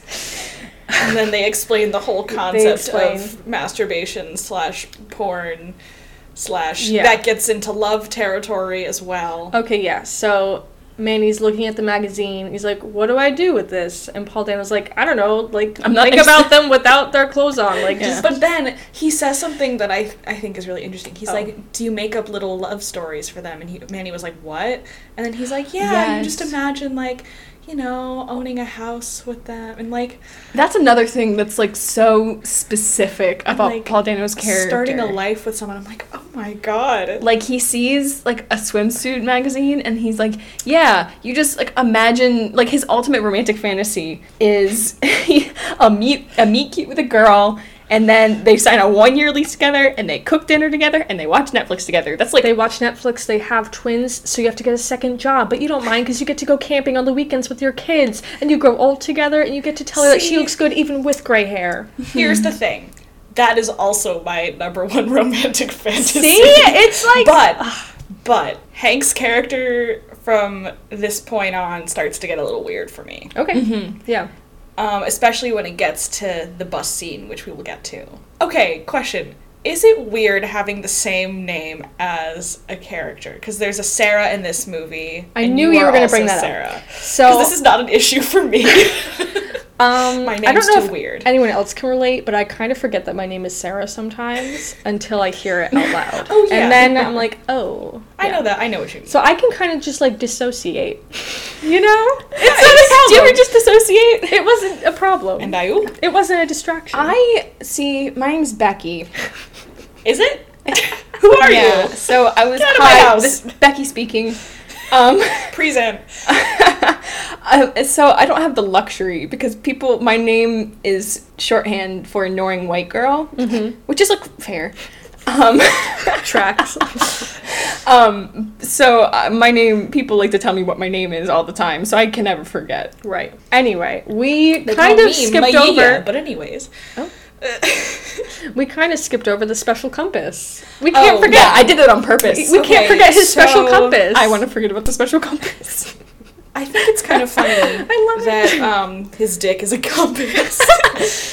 [SPEAKER 4] And then they explain the whole concept
[SPEAKER 3] explain.
[SPEAKER 4] of masturbation slash porn slash
[SPEAKER 3] Yeah. Oh,
[SPEAKER 4] that gets into love territory as well.
[SPEAKER 3] Okay, yeah. So Manny's looking at the magazine. He's like, "What do I do with this?" And Paul Dano's like, "I don't know. Like,
[SPEAKER 1] I'm not
[SPEAKER 3] think
[SPEAKER 1] interested."
[SPEAKER 3] about them without their clothes on. Like, just
[SPEAKER 4] But then he says something that I I think is really interesting. He's like, "Do you make up little love stories for them?" And he, Manny was like, "What?" And then he's like, "Yeah, you just
[SPEAKER 1] Yes.
[SPEAKER 4] imagine like, you know, owning a house with them and like
[SPEAKER 1] That's another thing that's like so specific about
[SPEAKER 4] like,
[SPEAKER 1] Paul Dano's character.
[SPEAKER 4] starting a life with someone." I'm like, "Oh my god."
[SPEAKER 1] Like he sees like a swimsuit magazine and he's like, yeah, you just like imagine like his ultimate romantic fantasy is (laughs) a meet a meet cute with a girl and then they sign a one year lease together and they cook dinner together and they watch Netflix together. That's like
[SPEAKER 3] they watch Netflix. They have twins, so you have to get a second job, but you don't mind because you get to go camping on the weekends with your kids, and you grow old together, and you get to tell her that she
[SPEAKER 4] See?
[SPEAKER 3] looks good even with gray hair.
[SPEAKER 4] Here's
[SPEAKER 3] Hmm.
[SPEAKER 4] the thing. That is also my number one (laughs) romantic fantasy.
[SPEAKER 3] See, it's like
[SPEAKER 4] but but Hank's character from this point on starts to get a little weird for me.
[SPEAKER 3] okay,
[SPEAKER 4] Mm-hmm.
[SPEAKER 3] yeah.
[SPEAKER 4] Um, especially when it gets to the bus scene, which we will get to. Okay, question. Is it weird having the same name as a character? Because there's a Sarah in this movie.
[SPEAKER 3] I
[SPEAKER 4] and
[SPEAKER 3] knew you
[SPEAKER 4] are
[SPEAKER 3] were gonna
[SPEAKER 4] also
[SPEAKER 3] bring that up.
[SPEAKER 4] Sarah.
[SPEAKER 3] So
[SPEAKER 4] Because this is not an issue for me.
[SPEAKER 3] (laughs)
[SPEAKER 4] (laughs)
[SPEAKER 3] um,
[SPEAKER 4] My
[SPEAKER 3] I
[SPEAKER 4] name's
[SPEAKER 3] don't know
[SPEAKER 4] too
[SPEAKER 3] if
[SPEAKER 4] weird.
[SPEAKER 3] anyone else can relate, but I kind of forget that my name is Sarah sometimes until I hear it out loud,
[SPEAKER 4] (laughs) Oh, yeah.
[SPEAKER 3] and then I'm like, oh,
[SPEAKER 4] I
[SPEAKER 3] yeah.
[SPEAKER 4] know that. I know what you mean.
[SPEAKER 3] So I can kind of just like dissociate, (laughs) you know?
[SPEAKER 1] It's not a problem. just dissociate?
[SPEAKER 3] It wasn't a problem.
[SPEAKER 4] and I oop.
[SPEAKER 3] it wasn't a distraction.
[SPEAKER 1] I see. My name's Becky.
[SPEAKER 4] Is
[SPEAKER 3] (laughs)
[SPEAKER 4] it? Who are
[SPEAKER 1] yeah.
[SPEAKER 4] you?
[SPEAKER 1] So I was
[SPEAKER 4] Get out of my
[SPEAKER 1] hi,
[SPEAKER 4] house.
[SPEAKER 1] This, Becky speaking.
[SPEAKER 4] (laughs)
[SPEAKER 1] Um,
[SPEAKER 4] Present.
[SPEAKER 1] (laughs) uh, so I don't have the luxury because people. My name is shorthand for annoying white girl, which is like fair. Um, (laughs)
[SPEAKER 3] tracks.
[SPEAKER 1] um, so uh, my name. People like to tell me what my name is all the time, so I can never forget.
[SPEAKER 3] right. Anyway, we
[SPEAKER 4] They
[SPEAKER 3] kind
[SPEAKER 4] call
[SPEAKER 3] of
[SPEAKER 4] me
[SPEAKER 3] skipped
[SPEAKER 4] Maia, Oh.
[SPEAKER 3] over.
[SPEAKER 4] But anyways, (laughs)
[SPEAKER 3] We kind of skipped over the special compass. We can't
[SPEAKER 4] Oh,
[SPEAKER 3] forget.
[SPEAKER 1] Yeah, I did it on purpose.
[SPEAKER 3] we
[SPEAKER 4] okay,
[SPEAKER 3] can't forget his special
[SPEAKER 4] so-
[SPEAKER 3] compass.
[SPEAKER 1] I want to forget about the special (laughs) compass.
[SPEAKER 4] I think it's kind of (laughs) funny
[SPEAKER 3] I love
[SPEAKER 4] that
[SPEAKER 3] it.
[SPEAKER 4] um, his dick is a (laughs) compass.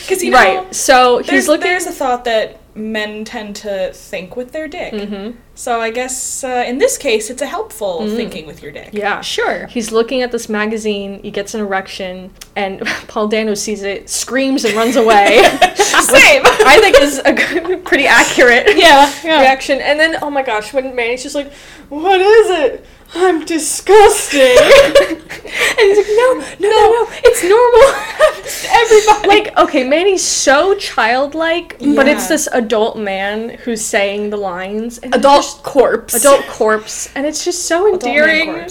[SPEAKER 4] Because you know,
[SPEAKER 3] right. So
[SPEAKER 4] there's
[SPEAKER 3] he's looking.
[SPEAKER 4] there's a thought that men tend to think with their dick.
[SPEAKER 3] Mm-hmm.
[SPEAKER 4] So I guess uh, in this case, it's a helpful thinking with your dick. (laughs)
[SPEAKER 3] yeah.
[SPEAKER 1] sure.
[SPEAKER 3] He's looking at this magazine. He gets an erection, and (laughs) Paul Dano sees it, screams, and runs away.
[SPEAKER 1] (laughs)
[SPEAKER 3] (laughs)
[SPEAKER 1] Same.
[SPEAKER 3] I think is a good- pretty accurate
[SPEAKER 1] Yeah. yeah.
[SPEAKER 3] reaction. And then, oh my gosh, when Manny's just like, "What is it? I'm (laughs) disgusting."
[SPEAKER 1] and he's like, no, no, no, no, it's normal.
[SPEAKER 3] (laughs)
[SPEAKER 1] Everybody.
[SPEAKER 3] like okay manny's so childlike but it's
[SPEAKER 4] Yeah.
[SPEAKER 3] this adult man who's saying the lines and
[SPEAKER 1] Adult corpse.
[SPEAKER 3] adult corpse and it's just so endearing
[SPEAKER 4] Deering.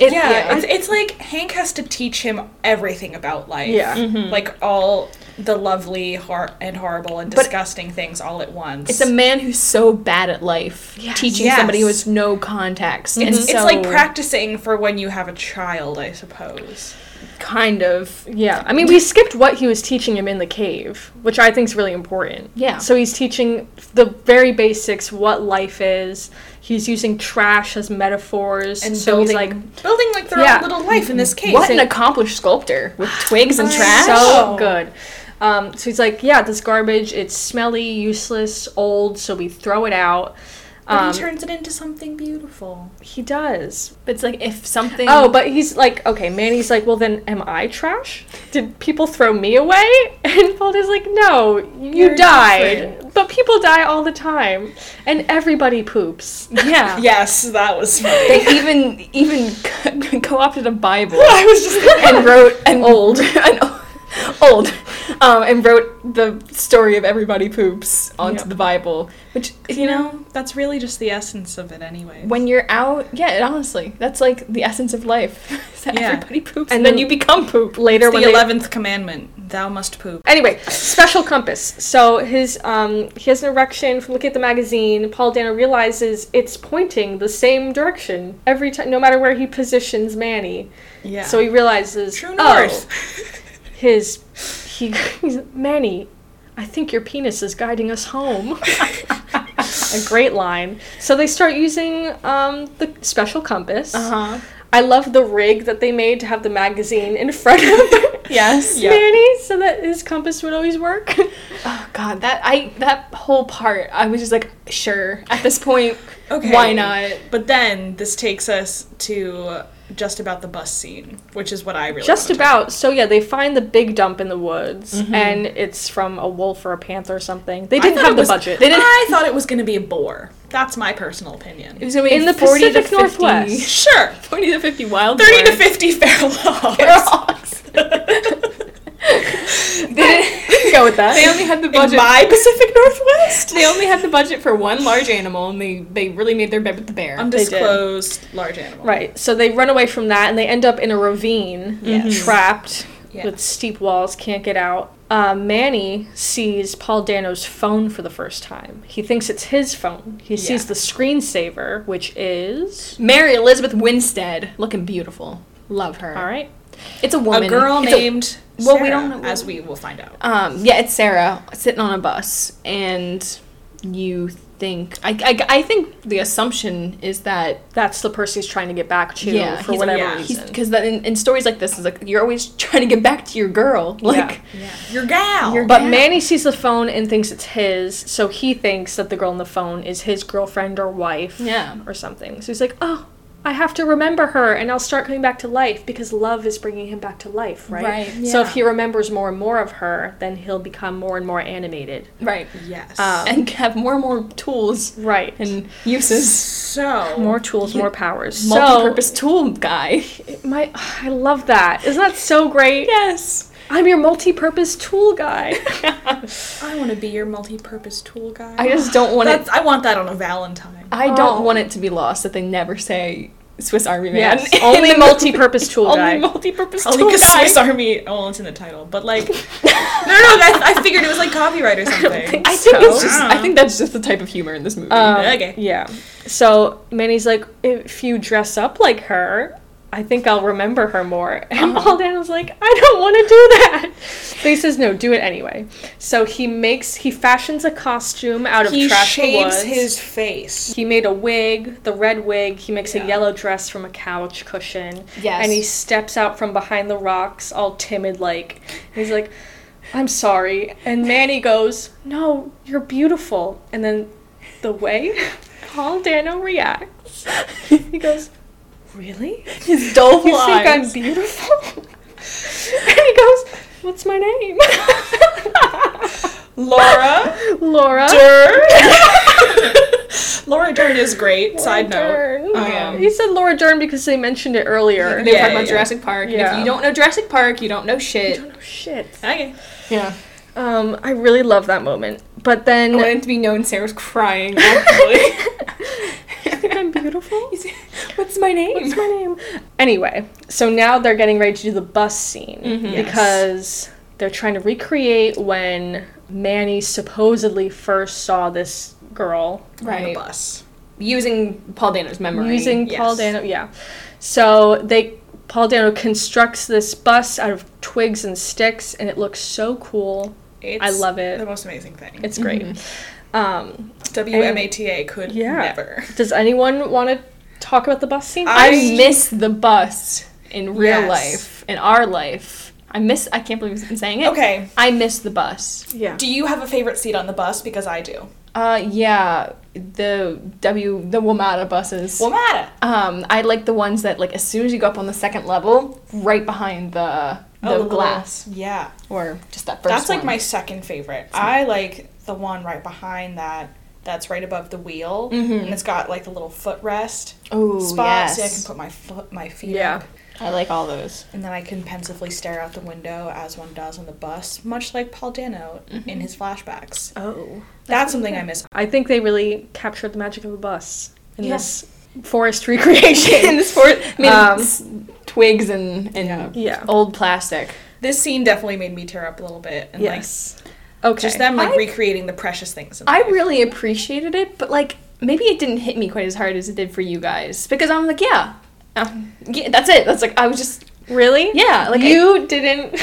[SPEAKER 1] It,
[SPEAKER 4] Yeah, It's, it's like Hank has to teach him everything about life.
[SPEAKER 3] Yeah.
[SPEAKER 4] like all the lovely hor- and horrible and disgusting things all at once.
[SPEAKER 1] It's a man who's so bad at life, teaching
[SPEAKER 4] Yes. Mm-hmm.
[SPEAKER 1] somebody who has no context. And
[SPEAKER 4] It's like
[SPEAKER 1] so-
[SPEAKER 4] practicing for when you have a child, I suppose.
[SPEAKER 1] Kind of.
[SPEAKER 3] yeah i mean we skipped what he was teaching him in the cave which i think is really important
[SPEAKER 1] Yeah.
[SPEAKER 3] so he's teaching the very basics what life is he's using trash as metaphors and so he's like
[SPEAKER 4] building like their
[SPEAKER 3] Yeah.
[SPEAKER 4] own little life in this case.
[SPEAKER 1] What an accomplished sculptor with twigs and trash. Oh.
[SPEAKER 3] so
[SPEAKER 4] know.
[SPEAKER 3] good. Um, so he's like, yeah, this garbage, it's smelly, useless, old, so we throw it out.
[SPEAKER 4] But
[SPEAKER 3] Um,
[SPEAKER 4] he turns it into something beautiful.
[SPEAKER 3] he does.
[SPEAKER 1] But it's like if something.
[SPEAKER 3] Oh,
[SPEAKER 1] (laughs)
[SPEAKER 3] but he's like, okay, Manny's like, well, then am I trash? Did people throw me away? (laughs) And Baldur's like, no, you
[SPEAKER 1] You're
[SPEAKER 3] died. But people die all the time, and everybody poops.
[SPEAKER 1] yeah.
[SPEAKER 4] Yes, that was funny.
[SPEAKER 1] They even even (laughs) co- co-opted a Bible
[SPEAKER 4] I was just thinking,
[SPEAKER 1] and wrote an old (laughs) an o- old um, and wrote the story of everybody poops onto
[SPEAKER 3] Yeah.
[SPEAKER 1] the Bible, which
[SPEAKER 4] you know, that's really just the essence of it anyway.
[SPEAKER 1] when you're out, yeah, it, honestly, that's like the essence of life. (laughs) is that
[SPEAKER 4] Yeah.
[SPEAKER 1] everybody poops
[SPEAKER 3] And
[SPEAKER 1] and then
[SPEAKER 3] then-
[SPEAKER 1] you become poop.
[SPEAKER 3] Later,
[SPEAKER 4] It's
[SPEAKER 3] when Eh,
[SPEAKER 4] the
[SPEAKER 3] they-
[SPEAKER 4] eleventh commandment, thou must poop.
[SPEAKER 3] Anyway, special compass. So his um he has an erection from looking at the magazine. Paul Dano realizes it's pointing the same direction every time, no matter where he positions Manny.
[SPEAKER 4] Yeah.
[SPEAKER 3] So he realizes
[SPEAKER 4] True
[SPEAKER 3] oh,
[SPEAKER 4] North.
[SPEAKER 3] his he he's, Manny, I think your penis is guiding us home.
[SPEAKER 4] (laughs)
[SPEAKER 3] A
[SPEAKER 1] (laughs)
[SPEAKER 3] great line. So they start using um, the special compass.
[SPEAKER 1] Uh huh.
[SPEAKER 3] I love the rig that they made to have the magazine in front of
[SPEAKER 1] (laughs) Yes.
[SPEAKER 4] Yeah.
[SPEAKER 3] (laughs) Manny, so that his compass would
[SPEAKER 1] (laughs)
[SPEAKER 3] always work.
[SPEAKER 1] Oh god, that I that whole part, I was just like, sure. At this point,
[SPEAKER 4] Okay.
[SPEAKER 1] why not?
[SPEAKER 4] But then this takes us to just about the bus scene, which is what I really
[SPEAKER 3] Just
[SPEAKER 4] wanna talk
[SPEAKER 3] about. So yeah, they find the big dump in the woods,
[SPEAKER 1] Mm-hmm.
[SPEAKER 3] and it's from a wolf or a panther or something. They
[SPEAKER 4] I
[SPEAKER 3] didn't
[SPEAKER 4] thought
[SPEAKER 3] have
[SPEAKER 4] it
[SPEAKER 3] the
[SPEAKER 4] was-
[SPEAKER 3] budget.
[SPEAKER 1] They didn't.
[SPEAKER 4] I thought it was going to be a boar. That's my personal opinion.
[SPEAKER 1] was gonna be
[SPEAKER 3] In the
[SPEAKER 1] 40 to
[SPEAKER 3] Pacific
[SPEAKER 1] (laughs)
[SPEAKER 3] Northwest.
[SPEAKER 4] Sure,
[SPEAKER 1] 40 to 50 wild
[SPEAKER 4] thirty to
[SPEAKER 1] boars.
[SPEAKER 4] fifty
[SPEAKER 1] (laughs)
[SPEAKER 4] feral hogs. (laughs)
[SPEAKER 1] they (laughs) didn't go
[SPEAKER 3] (laughs)
[SPEAKER 1] with that. They only had the
[SPEAKER 4] in
[SPEAKER 1] budget.
[SPEAKER 4] my Pacific Northwest.
[SPEAKER 1] they only had the budget for one large animal, and they they really made their bed with the bear.
[SPEAKER 4] Undisclosed large animal.
[SPEAKER 3] Right. So they run away from that and they end up in a ravine,
[SPEAKER 4] Yes.
[SPEAKER 3] trapped
[SPEAKER 4] Yeah.
[SPEAKER 3] with steep walls, can't get out. Uh, Manny sees Paul Dano's phone for the first time. He thinks it's his phone. He sees
[SPEAKER 4] Yeah.
[SPEAKER 3] the screensaver, which is
[SPEAKER 1] Mary Elizabeth Winstead, looking beautiful. Love her.
[SPEAKER 3] all right.
[SPEAKER 1] It's a woman.
[SPEAKER 4] A girl
[SPEAKER 1] It's
[SPEAKER 4] named.
[SPEAKER 1] well, we
[SPEAKER 4] Sarah,
[SPEAKER 1] don't know-
[SPEAKER 4] as we will find out.
[SPEAKER 1] um, yeah, it's Sarah sitting on a bus, and you think I, I, I think the assumption is that
[SPEAKER 3] That's the person he's trying to get back to
[SPEAKER 1] Yeah,
[SPEAKER 3] for
[SPEAKER 1] he's-
[SPEAKER 3] whatever
[SPEAKER 4] yeah. He's-
[SPEAKER 3] reason.
[SPEAKER 1] because in, in stories like this, is like you're always (laughs) trying to get back to your girl, like
[SPEAKER 4] Yeah. Your gal.
[SPEAKER 1] Your-
[SPEAKER 3] But
[SPEAKER 1] Yeah.
[SPEAKER 3] Manny sees the phone and thinks it's his, so he thinks that the girl on the phone is his girlfriend or wife.
[SPEAKER 1] Yeah.
[SPEAKER 3] Or something. So he's like, oh, I have to remember her and I'll start coming back to life because love is bringing him back to life, right?
[SPEAKER 1] Right,
[SPEAKER 3] So if
[SPEAKER 4] yeah.
[SPEAKER 3] he remembers more and more of her, then he'll become more and more animated.
[SPEAKER 1] right,
[SPEAKER 4] yes.
[SPEAKER 3] Um,
[SPEAKER 1] and have more and more tools
[SPEAKER 3] Right. And
[SPEAKER 1] and uses.
[SPEAKER 4] so
[SPEAKER 3] more tools, more powers.
[SPEAKER 1] Multi-purpose tool guy.
[SPEAKER 3] So my I love that. Isn't that so great?
[SPEAKER 1] Yes.
[SPEAKER 3] I'm your multi-purpose tool guy.
[SPEAKER 4] I want to be your multi-purpose tool guy.
[SPEAKER 1] I (laughs) just don't want
[SPEAKER 4] That's,
[SPEAKER 1] it.
[SPEAKER 4] I want that on a Valentine.
[SPEAKER 1] I
[SPEAKER 3] Oh.
[SPEAKER 1] don't want it to be lost that they never say Swiss Army Man. (laughs)
[SPEAKER 3] Yes. (laughs) Only multi-purpose tool guy.
[SPEAKER 1] Only multi-purpose
[SPEAKER 4] Only
[SPEAKER 1] tool
[SPEAKER 4] because
[SPEAKER 1] guy.
[SPEAKER 4] Swiss Army. Oh, well, it's in the title, but like, (laughs) no, no, that, I figured it was like copyright or something.
[SPEAKER 1] I think
[SPEAKER 3] So-
[SPEAKER 1] it's just. I think that's just the type of humor in this movie.
[SPEAKER 3] Um,
[SPEAKER 4] Okay.
[SPEAKER 3] Yeah. So Manny's like, if you dress up like her, I think I'll remember her more. (laughs) And
[SPEAKER 4] Uh-huh.
[SPEAKER 3] Paul Dano's like, I don't want to do that. But he says, no, do it anyway. So he makes, he fashions a costume out of
[SPEAKER 4] He
[SPEAKER 3] trash in the
[SPEAKER 4] shaves
[SPEAKER 3] woods.
[SPEAKER 4] his face.
[SPEAKER 3] He made a wig, the red wig. He makes
[SPEAKER 4] Yeah.
[SPEAKER 3] a yellow dress from a couch cushion.
[SPEAKER 1] Yes.
[SPEAKER 3] And he steps out from behind the rocks, all timid like. He's like, I'm sorry. And Manny goes, No, you're beautiful. And then the way (laughs) Paul Dano reacts, he goes, Really?
[SPEAKER 1] (laughs) (laughs) His doleful
[SPEAKER 3] You think I'm
[SPEAKER 1] eyes.
[SPEAKER 3] beautiful? (laughs) and he goes, What's my name? (laughs)
[SPEAKER 4] Laura
[SPEAKER 3] Laura.
[SPEAKER 4] Dern. Laura Dern is great. Side note.
[SPEAKER 3] Dern.
[SPEAKER 4] Um,
[SPEAKER 3] he said Laura Dern because they mentioned it earlier.
[SPEAKER 1] They were
[SPEAKER 4] Yeah,
[SPEAKER 1] talking about
[SPEAKER 4] yeah.
[SPEAKER 1] Jurassic Park. and
[SPEAKER 3] Yeah.
[SPEAKER 1] if you don't know Jurassic Park, you don't know shit.
[SPEAKER 3] Oh, shit.
[SPEAKER 4] Okay.
[SPEAKER 1] Yeah.
[SPEAKER 3] Um, I really love that moment. But
[SPEAKER 1] Oh, I
[SPEAKER 3] then (laughs)
[SPEAKER 1] want it to be known Sarah's (laughs) crying. Actually. (laughs)
[SPEAKER 3] I'm beautiful.
[SPEAKER 1] What's my name?
[SPEAKER 3] What's my name? Anyway, so now they're getting ready to do the bus scene
[SPEAKER 1] Mm-hmm.
[SPEAKER 4] Yes.
[SPEAKER 3] because they're trying to recreate when Manny supposedly first saw this girl
[SPEAKER 4] On the
[SPEAKER 1] Right.
[SPEAKER 4] bus.
[SPEAKER 1] Using Paul Dano's memory.
[SPEAKER 3] using
[SPEAKER 4] yes.
[SPEAKER 3] Paul Dano. Yeah. So they Paul Dano constructs this bus out of twigs and sticks, and it looks so cool.
[SPEAKER 4] It's
[SPEAKER 3] I love it.
[SPEAKER 4] The most amazing thing.
[SPEAKER 3] It's great.
[SPEAKER 1] Mm-hmm.
[SPEAKER 3] Um,
[SPEAKER 4] WMATA could
[SPEAKER 3] yeah.
[SPEAKER 4] never.
[SPEAKER 3] does anyone want to talk about the bus scene?
[SPEAKER 1] I
[SPEAKER 4] I-
[SPEAKER 1] miss the bus in real
[SPEAKER 4] Yes.
[SPEAKER 1] life, in our life. I miss. I can't believe I'm saying it.
[SPEAKER 4] Okay.
[SPEAKER 1] I miss the bus.
[SPEAKER 3] Yeah.
[SPEAKER 4] Do you have a favorite seat on the bus? Because I do.
[SPEAKER 1] Uh, yeah, the W the Womata buses.
[SPEAKER 4] Well, matter.
[SPEAKER 1] Um, I like the ones that like as soon as you go up on the second level, right behind the the
[SPEAKER 4] Oh, little-
[SPEAKER 1] glass
[SPEAKER 4] Yeah.
[SPEAKER 1] or just that first.
[SPEAKER 4] that's like
[SPEAKER 1] one.
[SPEAKER 4] my second favorite. I like the one right behind that. That's right above the wheel, and it's got like the little footrest
[SPEAKER 1] Mm-hmm. Ooh,
[SPEAKER 4] spot, so I can
[SPEAKER 1] yes.
[SPEAKER 4] put my foot, my feet.
[SPEAKER 3] Yeah.
[SPEAKER 4] Up,
[SPEAKER 1] I like all those.
[SPEAKER 4] and then I can pensively stare out the window as one does on the bus, much like Paul Dano
[SPEAKER 1] Mm-hmm.
[SPEAKER 4] in his flashbacks.
[SPEAKER 3] Oh.
[SPEAKER 4] That's something I miss.
[SPEAKER 3] I think they really captured the magic of the bus in
[SPEAKER 4] Yeah.
[SPEAKER 3] this forest (laughs) recreation.
[SPEAKER 1] In this fort, I mean,
[SPEAKER 3] Um,
[SPEAKER 1] s- twigs and and
[SPEAKER 4] Yeah.
[SPEAKER 3] Yeah.
[SPEAKER 1] old plastic.
[SPEAKER 4] This scene definitely made me tear up a little bit, and
[SPEAKER 3] yes.
[SPEAKER 4] like
[SPEAKER 3] Okay.
[SPEAKER 4] just them like
[SPEAKER 1] I-
[SPEAKER 4] recreating the precious things. in
[SPEAKER 1] I
[SPEAKER 4] life.
[SPEAKER 1] really appreciated it, but like maybe it didn't hit me quite as hard as it did for you guys because I'm like, yeah, uh, yeah that's it. That's like I was just
[SPEAKER 3] Really?
[SPEAKER 1] yeah, like I-
[SPEAKER 3] you (laughs) didn't.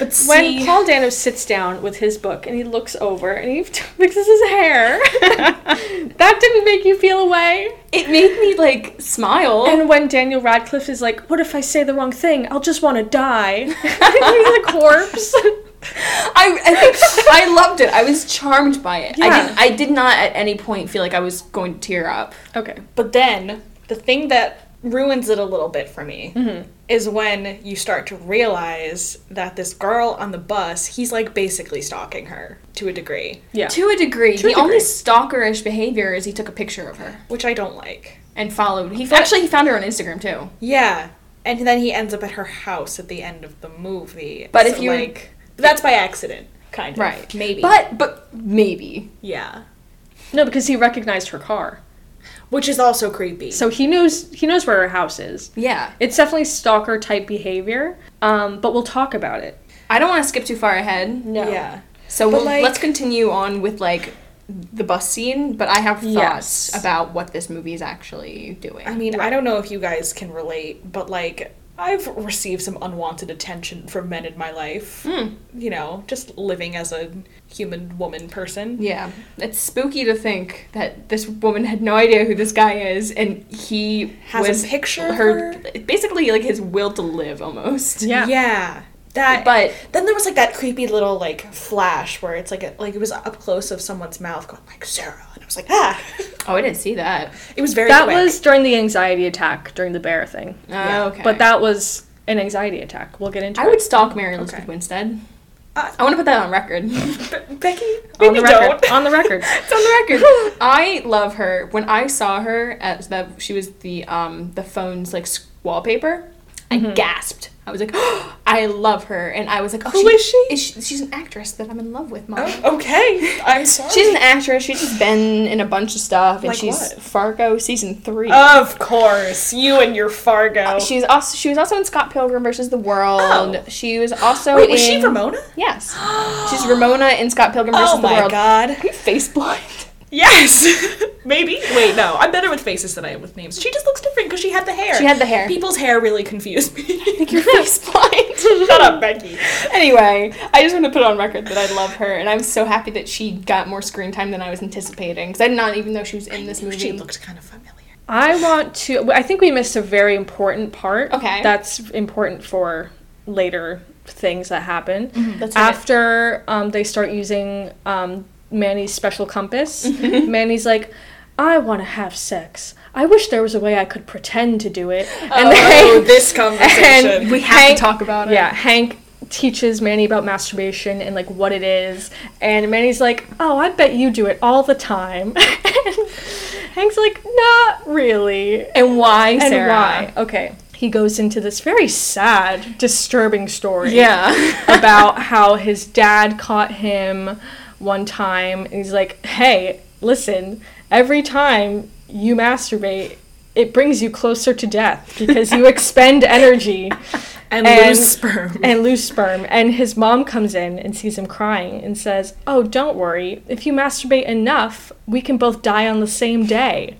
[SPEAKER 4] but
[SPEAKER 3] when
[SPEAKER 4] see,
[SPEAKER 3] Paul Dano sits down with his book and he looks over and he (laughs) fixes his hair, (laughs) that didn't make you feel away.
[SPEAKER 1] (laughs) it made me like smile.
[SPEAKER 3] And when Daniel Radcliffe is like, "What if I say the wrong thing? I'll just want to die." (laughs) He's a corpse.
[SPEAKER 1] I, I think I loved it. I was charmed by it. I
[SPEAKER 3] Yeah.
[SPEAKER 1] didn't. I did not at any point feel like I was going to tear up.
[SPEAKER 3] okay.
[SPEAKER 4] But then the thing that ruins it a little bit for me
[SPEAKER 1] Mm-hmm.
[SPEAKER 4] is when you start to realize that this girl on the bus, he's like basically stalking her to a degree,
[SPEAKER 3] Yeah.
[SPEAKER 1] To a degree,
[SPEAKER 3] a
[SPEAKER 1] the only
[SPEAKER 3] degree.
[SPEAKER 1] stalkerish behavior is he took a picture of her
[SPEAKER 4] which I don't like.
[SPEAKER 1] and followed. He actually he found her on Instagram too.
[SPEAKER 4] Yeah. And then he ends up at her house at the end of the movie.
[SPEAKER 1] But if you-
[SPEAKER 4] like that's by accident, kind of.
[SPEAKER 1] Right.
[SPEAKER 4] Maybe.
[SPEAKER 1] But but maybe.
[SPEAKER 4] yeah.
[SPEAKER 3] No, because he recognized her car,
[SPEAKER 4] Which is also creepy.
[SPEAKER 3] so he knows he knows where her house is.
[SPEAKER 1] Yeah.
[SPEAKER 3] It's definitely stalker type behavior, um, but we'll talk about it.
[SPEAKER 1] I don't want to skip too far ahead.
[SPEAKER 3] No.
[SPEAKER 4] Yeah.
[SPEAKER 1] So
[SPEAKER 4] But,
[SPEAKER 1] we'll,
[SPEAKER 4] like-
[SPEAKER 1] let's continue on with like the bus scene, but I have thoughts
[SPEAKER 3] Yes.
[SPEAKER 1] about what this movie is actually doing.
[SPEAKER 4] I mean, I don't know if you guys can relate, but like I've received some unwanted attention from men in my life.
[SPEAKER 3] Hmm.
[SPEAKER 4] You know, just living as a human woman person.
[SPEAKER 1] Yeah, it's spooky to think that this woman had no idea who this guy is, and he
[SPEAKER 4] Has a
[SPEAKER 1] was
[SPEAKER 4] picture of
[SPEAKER 1] basically like his will to live almost.
[SPEAKER 3] Yeah.
[SPEAKER 4] Yeah. That
[SPEAKER 1] But-
[SPEAKER 4] then there was like that creepy little like flash where it's like a, like it was up close of someone's mouth going like Sarah and I was like ah (laughs)
[SPEAKER 1] Oh, I didn't see that.
[SPEAKER 4] it was very
[SPEAKER 3] That
[SPEAKER 4] quick.
[SPEAKER 3] was during the anxiety attack during the bear thing.
[SPEAKER 1] Oh,
[SPEAKER 4] Yeah,
[SPEAKER 1] okay.
[SPEAKER 3] But that was an anxiety attack. We'll get into
[SPEAKER 1] I
[SPEAKER 3] it.
[SPEAKER 1] would stalk Mary Elizabeth
[SPEAKER 4] Okay.
[SPEAKER 1] Winstead.
[SPEAKER 4] Uh,
[SPEAKER 1] I want to put that on
[SPEAKER 4] (laughs)
[SPEAKER 1] record.
[SPEAKER 4] Be- Becky
[SPEAKER 3] on the
[SPEAKER 4] maybe
[SPEAKER 3] record.
[SPEAKER 4] don't.
[SPEAKER 3] On the record.
[SPEAKER 1] (laughs) it's on the record. I love her. When I saw her at that, she was the um the phone's like s- wallpaper. I
[SPEAKER 4] Mm-hmm.
[SPEAKER 1] gasped. I was like, (gasps) I love her, and I was like, oh,
[SPEAKER 4] Who is she?
[SPEAKER 1] She's an actress that I'm in love with, mom.
[SPEAKER 4] Oh, (laughs) okay I'm sorry
[SPEAKER 1] She's an actress. She's been in a bunch of stuff, and
[SPEAKER 4] Like
[SPEAKER 1] she's
[SPEAKER 4] what? Oh.
[SPEAKER 1] Fargo season three.
[SPEAKER 4] of course you and your Fargo
[SPEAKER 1] she's also she was also in Scott Pilgrim versus the World.
[SPEAKER 4] Oh.
[SPEAKER 1] She was also
[SPEAKER 4] wait was she
[SPEAKER 1] in-
[SPEAKER 3] (gasps)
[SPEAKER 4] Ramona (gasps)
[SPEAKER 1] Yes, she's Ramona in Scott Pilgrim versus
[SPEAKER 4] oh
[SPEAKER 1] the
[SPEAKER 4] my
[SPEAKER 1] World.
[SPEAKER 4] god
[SPEAKER 1] Are you face blind?
[SPEAKER 4] Yes, (laughs) maybe. Wait, no. I'm better with faces than I am with names. She just looks different because she had the hair.
[SPEAKER 1] She had the hair.
[SPEAKER 4] People's hair really confused
[SPEAKER 1] (laughs)
[SPEAKER 4] me.
[SPEAKER 1] You're face blind.
[SPEAKER 4] Shut up, Becky.
[SPEAKER 1] (laughs) anyway, I just want to put on record that I love her, and I'm so happy that she got more screen time than I was anticipating. Because I did not even know she was in this movie.
[SPEAKER 4] She looked kind of familiar.
[SPEAKER 3] (laughs) I want to. I think we missed a very important part.
[SPEAKER 1] Okay.
[SPEAKER 3] That's important for later things that happen.
[SPEAKER 1] Let's hear it.
[SPEAKER 3] After um, they start using um, Manny's special compass,
[SPEAKER 1] Mm-hmm.
[SPEAKER 3] (laughs) Manny's like, I want to have sex. I wish there was a way I could pretend to do it. And
[SPEAKER 4] Oh,
[SPEAKER 3] they-
[SPEAKER 4] this conversation.
[SPEAKER 3] and
[SPEAKER 1] we have
[SPEAKER 3] Hank-
[SPEAKER 1] to talk about it.
[SPEAKER 3] Yeah, Hank teaches Manny about masturbation and like what it is, and Manny's like, "Oh, I bet you do it all the time." (laughs) Hank's like, "Not really."
[SPEAKER 1] And why,
[SPEAKER 3] And
[SPEAKER 1] Sarah?
[SPEAKER 3] why? Okay. He goes into this very sad, disturbing story
[SPEAKER 1] Yeah.
[SPEAKER 3] about how his dad caught him one time and he's like, "Hey, listen, every time you masturbate, it brings you closer to death
[SPEAKER 4] (laughs)
[SPEAKER 3] because you expend energy
[SPEAKER 4] And, loose sperm.
[SPEAKER 3] and loose sperm. And his mom comes in and sees him crying and says, "Oh, don't worry. If you masturbate enough, we can both die on the same day.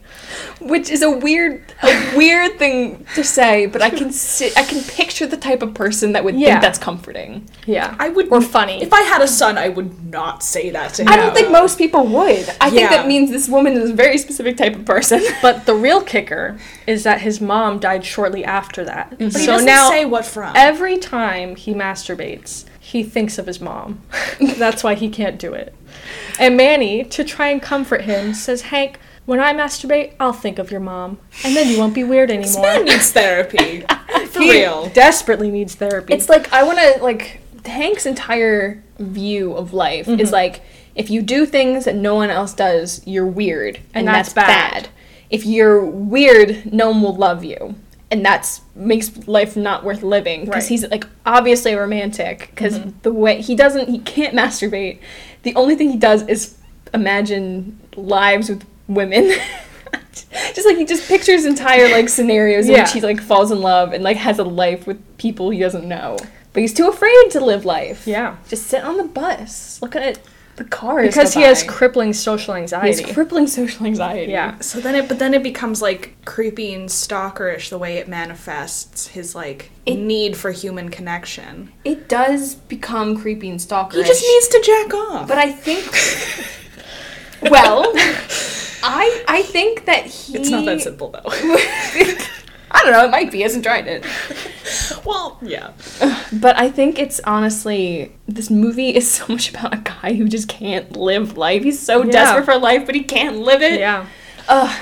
[SPEAKER 1] which is a weird, a weird thing to say, but I can si- I can picture the type of person that would
[SPEAKER 3] Yeah.
[SPEAKER 1] think that's comforting
[SPEAKER 3] Yeah.
[SPEAKER 4] I would.
[SPEAKER 3] or funny.
[SPEAKER 4] If I had a son, I would not say that to him.
[SPEAKER 1] I don't think most people would. I think
[SPEAKER 4] Yeah.
[SPEAKER 1] that means this woman is a very specific type of person.
[SPEAKER 3] but the real kicker is that his mom died shortly after that.
[SPEAKER 4] But he
[SPEAKER 3] So
[SPEAKER 4] doesn't
[SPEAKER 3] now
[SPEAKER 4] say what from.
[SPEAKER 3] every time he masturbates, he thinks of his mom. (laughs) That's why he can't do it. And Manny, to try and comfort him, says, Hank, when I masturbate, I'll think of your mom. And then you won't be weird
[SPEAKER 4] This
[SPEAKER 3] anymore.
[SPEAKER 4] man needs therapy. For
[SPEAKER 3] He
[SPEAKER 4] real.
[SPEAKER 3] Desperately needs therapy.
[SPEAKER 1] It's like I want to like Hank's entire view of life is like if you do things that no one else does, you're weird, and,
[SPEAKER 3] that's
[SPEAKER 1] that's,
[SPEAKER 3] bad.
[SPEAKER 1] bad. If you're weird, no one will love you, and that's makes life not worth living because
[SPEAKER 3] Right.
[SPEAKER 1] he's like obviously romantic because the way he doesn't he can't (laughs) masturbate. The only thing he does is imagine lives with women. (laughs) Just like he just pictures entire like scenarios in
[SPEAKER 3] Yeah.
[SPEAKER 1] which he like falls in love and like has a life with people he doesn't know. But he's too afraid to live life.
[SPEAKER 3] yeah.
[SPEAKER 1] Just sit on the bus, look at the cars.
[SPEAKER 3] Because
[SPEAKER 1] go
[SPEAKER 3] he has
[SPEAKER 1] by.
[SPEAKER 3] crippling social
[SPEAKER 1] He has
[SPEAKER 3] anxiety.
[SPEAKER 1] crippling social anxiety.
[SPEAKER 3] yeah.
[SPEAKER 4] So then it, but then it becomes like creepy and stalkerish the way it manifests his like need for human connection.
[SPEAKER 1] It does become creepy and
[SPEAKER 4] He
[SPEAKER 1] stalkerish.
[SPEAKER 4] just needs to jack off.
[SPEAKER 1] but I (laughs) think
[SPEAKER 4] (laughs)
[SPEAKER 1] Well I I think that he
[SPEAKER 4] it's not that simple though.
[SPEAKER 1] (laughs) I don't know, it might be, hasn't tried it.
[SPEAKER 4] well, yeah.
[SPEAKER 1] (laughs) But I think it's honestly this movie is so much about a guy who just can't live life. He's so
[SPEAKER 3] Yeah.
[SPEAKER 1] desperate for life, but he can't live it.
[SPEAKER 3] Yeah.
[SPEAKER 1] Ugh.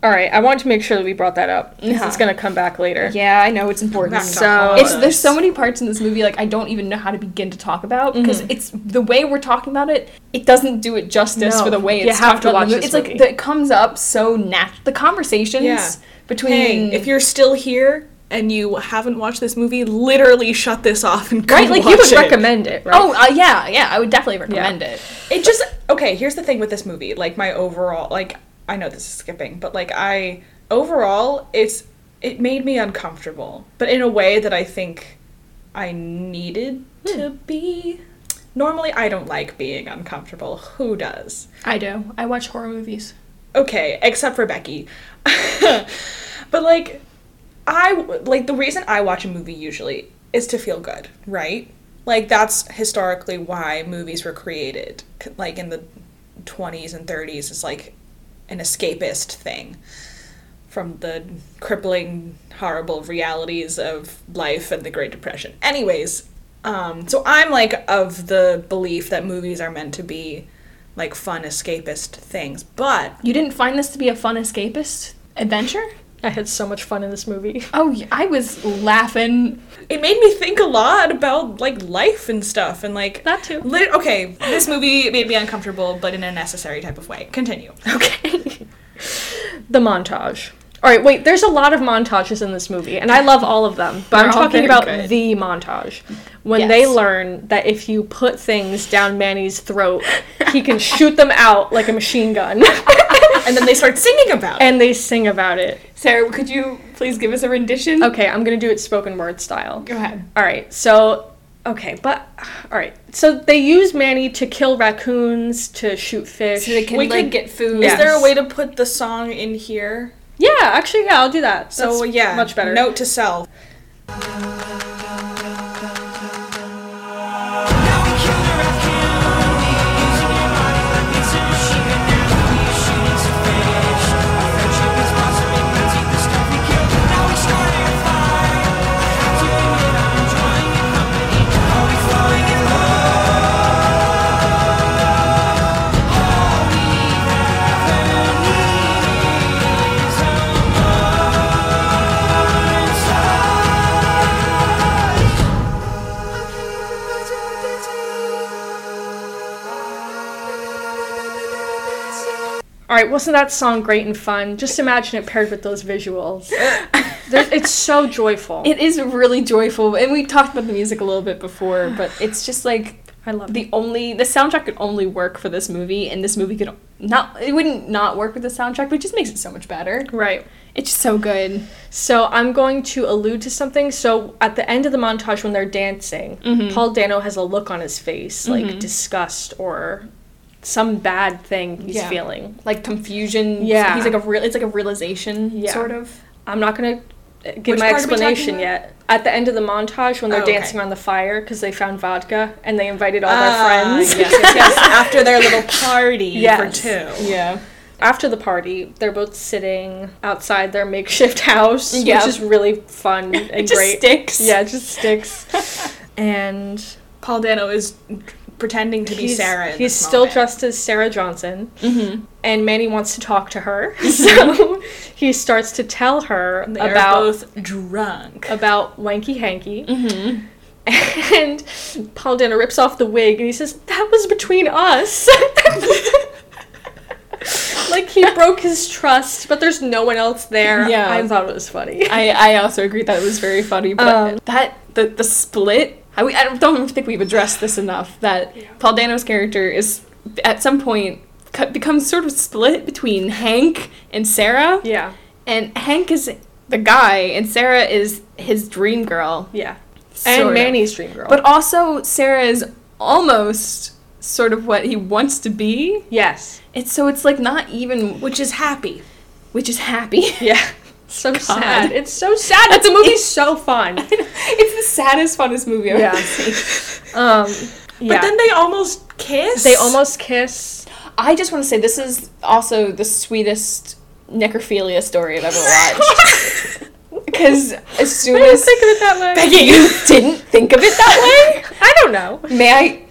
[SPEAKER 3] All right. I wanted to make sure that we brought that up. 'cause It's
[SPEAKER 1] Uh-huh.
[SPEAKER 3] going to come back later.
[SPEAKER 1] Yeah, I know it's important.
[SPEAKER 4] Back to
[SPEAKER 3] So-
[SPEAKER 4] all of
[SPEAKER 1] It's
[SPEAKER 4] us.
[SPEAKER 1] there's so many parts in this movie like I don't even know how to begin to talk about because it's the way we're talking about it. It doesn't do it justice
[SPEAKER 3] No,
[SPEAKER 1] for the way
[SPEAKER 3] you
[SPEAKER 1] it's
[SPEAKER 3] have
[SPEAKER 1] talked
[SPEAKER 3] to
[SPEAKER 1] about. in the
[SPEAKER 3] watch
[SPEAKER 1] movie. it's
[SPEAKER 3] this movie.
[SPEAKER 1] like the, it comes up so natural. The conversations
[SPEAKER 4] Yeah.
[SPEAKER 1] between
[SPEAKER 4] Hey, if you're still here and you haven't watched this movie, literally shut this off and go
[SPEAKER 3] Right? Like,
[SPEAKER 4] watch
[SPEAKER 3] you would
[SPEAKER 4] it.
[SPEAKER 3] recommend it, right?
[SPEAKER 1] oh uh, yeah yeah I would definitely recommend it.
[SPEAKER 4] It just okay. Here's the thing with this movie. Like my overall, like I know this is skipping, but like I overall, it's it made me uncomfortable, but in a way that I think I needed to be. Normally, I don't like being uncomfortable. Who does?
[SPEAKER 1] I do. I watch horror movies.
[SPEAKER 4] okay, except for Becky. (laughs) but like I like the reason I watch a movie usually is to feel good, right? Like that's historically why movies were created c- like in the 20s and 30s is like an escapist thing from the crippling horrible realities of life and the great depression. Anyways, um so I'm like of the belief that movies are meant to be like fun escapist things, but
[SPEAKER 1] You didn't find this to be a fun escapist adventure?
[SPEAKER 3] I had so much fun in this movie.
[SPEAKER 1] Oh, yeah, I was laughing.
[SPEAKER 4] it made me think a lot about like life and stuff and like
[SPEAKER 3] That too.
[SPEAKER 4] lit- okay this movie made me uncomfortable but in a necessary type of way
[SPEAKER 3] (laughs)
[SPEAKER 4] continue
[SPEAKER 3] Okay. the montage. All right, wait, there's a lot of montages in this movie, and I love all of them, but I'm
[SPEAKER 1] They're all
[SPEAKER 3] talking
[SPEAKER 1] very
[SPEAKER 3] about
[SPEAKER 1] good.
[SPEAKER 3] the montage. When they
[SPEAKER 1] Yes.
[SPEAKER 3] learn that if you put things down Manny's throat, he can shoot them out like a machine gun, (laughs)
[SPEAKER 4] and then they start singing about it
[SPEAKER 3] and they sing about it.
[SPEAKER 1] Sarah, could you please give us a rendition?
[SPEAKER 3] Okay, I'm gonna do it spoken word style.
[SPEAKER 1] Go ahead.
[SPEAKER 3] All right. So, okay, but all right. So they use Manny to kill raccoons, to shoot fish.
[SPEAKER 1] So they can
[SPEAKER 4] We
[SPEAKER 1] like
[SPEAKER 4] could-
[SPEAKER 1] get food.
[SPEAKER 4] is
[SPEAKER 3] Yes.
[SPEAKER 4] there a way to put the song in here
[SPEAKER 3] yeah, actually, yeah, I'll do that.
[SPEAKER 4] so
[SPEAKER 3] That's
[SPEAKER 4] yeah
[SPEAKER 3] much better.
[SPEAKER 4] note to self
[SPEAKER 3] All right, wasn't that song great and fun? Just imagine it paired with those visuals. There- it's so joyful.
[SPEAKER 1] It is really joyful, and we talked about the music a little bit before,
[SPEAKER 3] (sighs)
[SPEAKER 1] but it's just like
[SPEAKER 3] I love it.
[SPEAKER 1] the only the soundtrack could only work for this movie, and this movie could not it wouldn't not work with the soundtrack, but it just makes it so much better.
[SPEAKER 3] Right.
[SPEAKER 1] It's just so good.
[SPEAKER 3] So I'm going to allude to something. So at the end of the montage,
[SPEAKER 4] Mm-hmm.
[SPEAKER 3] when they're dancing, Paul Dano has a look on his face, like disgust or some bad thing he's
[SPEAKER 1] Yeah.
[SPEAKER 3] feeling.
[SPEAKER 1] like confusion.
[SPEAKER 3] Yeah.
[SPEAKER 1] he's like a real. It's like a realization,
[SPEAKER 3] Yeah.
[SPEAKER 1] sort of.
[SPEAKER 3] I'm not gonna uh, give
[SPEAKER 4] Which
[SPEAKER 3] my
[SPEAKER 4] part are we talking
[SPEAKER 3] explanation
[SPEAKER 4] about?
[SPEAKER 3] yet. At the end of the montage, when they're
[SPEAKER 4] Oh, okay.
[SPEAKER 3] dancing around the fire because they found vodka and they invited all
[SPEAKER 4] Ah, (laughs)
[SPEAKER 3] their friends.
[SPEAKER 4] yes, yes, yes. After their little party
[SPEAKER 3] Yes.
[SPEAKER 4] for two.
[SPEAKER 1] Yeah,
[SPEAKER 3] After the party, they're both sitting outside their makeshift (laughs) house,
[SPEAKER 1] Yeah.
[SPEAKER 3] which is really fun and
[SPEAKER 4] (laughs) It just
[SPEAKER 3] great.
[SPEAKER 4] sticks.
[SPEAKER 3] Yeah, it just
[SPEAKER 4] (laughs)
[SPEAKER 3] sticks. and
[SPEAKER 4] Paul Dano is pretending to be
[SPEAKER 3] he's,
[SPEAKER 4] Sarah. in
[SPEAKER 3] he's
[SPEAKER 4] this
[SPEAKER 3] still
[SPEAKER 4] moment. Mm.
[SPEAKER 3] dressed as Sarah Johnson, and Manny wants to talk
[SPEAKER 4] (laughs)
[SPEAKER 3] to her, so he starts to tell her
[SPEAKER 4] They are
[SPEAKER 3] about
[SPEAKER 4] both
[SPEAKER 3] (laughs)
[SPEAKER 4] drunk.
[SPEAKER 3] about Wanky Hanky. And Paul Dano rips off the wig and he says, That was between us. (laughs) like he broke his trust, but there's no one else there.
[SPEAKER 1] Yeah.
[SPEAKER 3] I thought it was funny.
[SPEAKER 1] I I also agree that it was very funny, but
[SPEAKER 3] Um,
[SPEAKER 1] that the the split. I, we, I don't- don't think we've addressed this enough. That Paul Dano's character is at some point cut, becomes sort of split between Hank and Sarah,
[SPEAKER 3] Yeah,
[SPEAKER 1] and Hank is the guy, and Sarah is his dream girl.
[SPEAKER 3] yeah.
[SPEAKER 1] sort
[SPEAKER 3] And
[SPEAKER 1] of.
[SPEAKER 3] Manny's dream girl.
[SPEAKER 1] But also, Sarah is almost sort of what he wants to be.
[SPEAKER 3] yes.
[SPEAKER 1] It's so it's like not even
[SPEAKER 4] Which is happy.
[SPEAKER 1] which is happy.
[SPEAKER 3] Yeah. So sad. It's so sad. It's a movie so fun.
[SPEAKER 1] (laughs) it's the saddest, funnest movie I've
[SPEAKER 3] Yeah.
[SPEAKER 1] ever seen.
[SPEAKER 3] Um, yeah.
[SPEAKER 4] But then they almost kiss.
[SPEAKER 3] they almost kiss.
[SPEAKER 1] I just want to say this is also the sweetest necrophilia story I've ever watched.
[SPEAKER 3] (laughs)
[SPEAKER 1] Because as soon
[SPEAKER 3] I didn't
[SPEAKER 1] as
[SPEAKER 3] think of it that way.
[SPEAKER 1] Becky, you didn't think of it that way.
[SPEAKER 3] I don't know.
[SPEAKER 1] May I?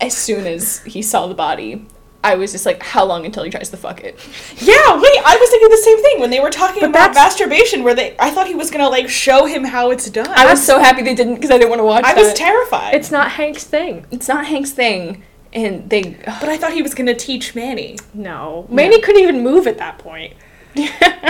[SPEAKER 1] As soon as he saw the body, I was just like, "How long until he tries to fuck it?"
[SPEAKER 4] Yeah, wait, I was thinking the same thing when they were talking about
[SPEAKER 3] that's-
[SPEAKER 4] masturbation where they I thought he was gonna like show him how it's done.
[SPEAKER 1] I was so happy they didn't because I didn't want to watch.
[SPEAKER 4] I was
[SPEAKER 1] that.
[SPEAKER 4] terrified.
[SPEAKER 3] It's not Hank's thing.
[SPEAKER 1] it's not Hank's thing, and they.
[SPEAKER 4] but I thought he was gonna teach Manny.
[SPEAKER 3] No. Manny couldn't even move at that
[SPEAKER 1] (laughs)
[SPEAKER 3] point.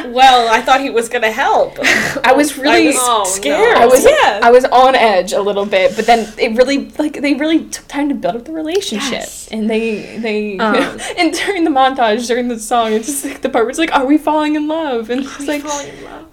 [SPEAKER 4] Well, I thought he was gonna (laughs) help.
[SPEAKER 1] I was
[SPEAKER 4] I
[SPEAKER 1] really.
[SPEAKER 4] was
[SPEAKER 3] Oh,
[SPEAKER 4] scared.
[SPEAKER 1] I was
[SPEAKER 4] yeah.
[SPEAKER 1] I was on edge a little bit, but then it really like they really took time to build up the relationship,
[SPEAKER 3] Yes.
[SPEAKER 1] and they they
[SPEAKER 3] Um.
[SPEAKER 1] (laughs) and during the montage during the song, it's just like the part where it's like, "Are we falling in love?" And it's like,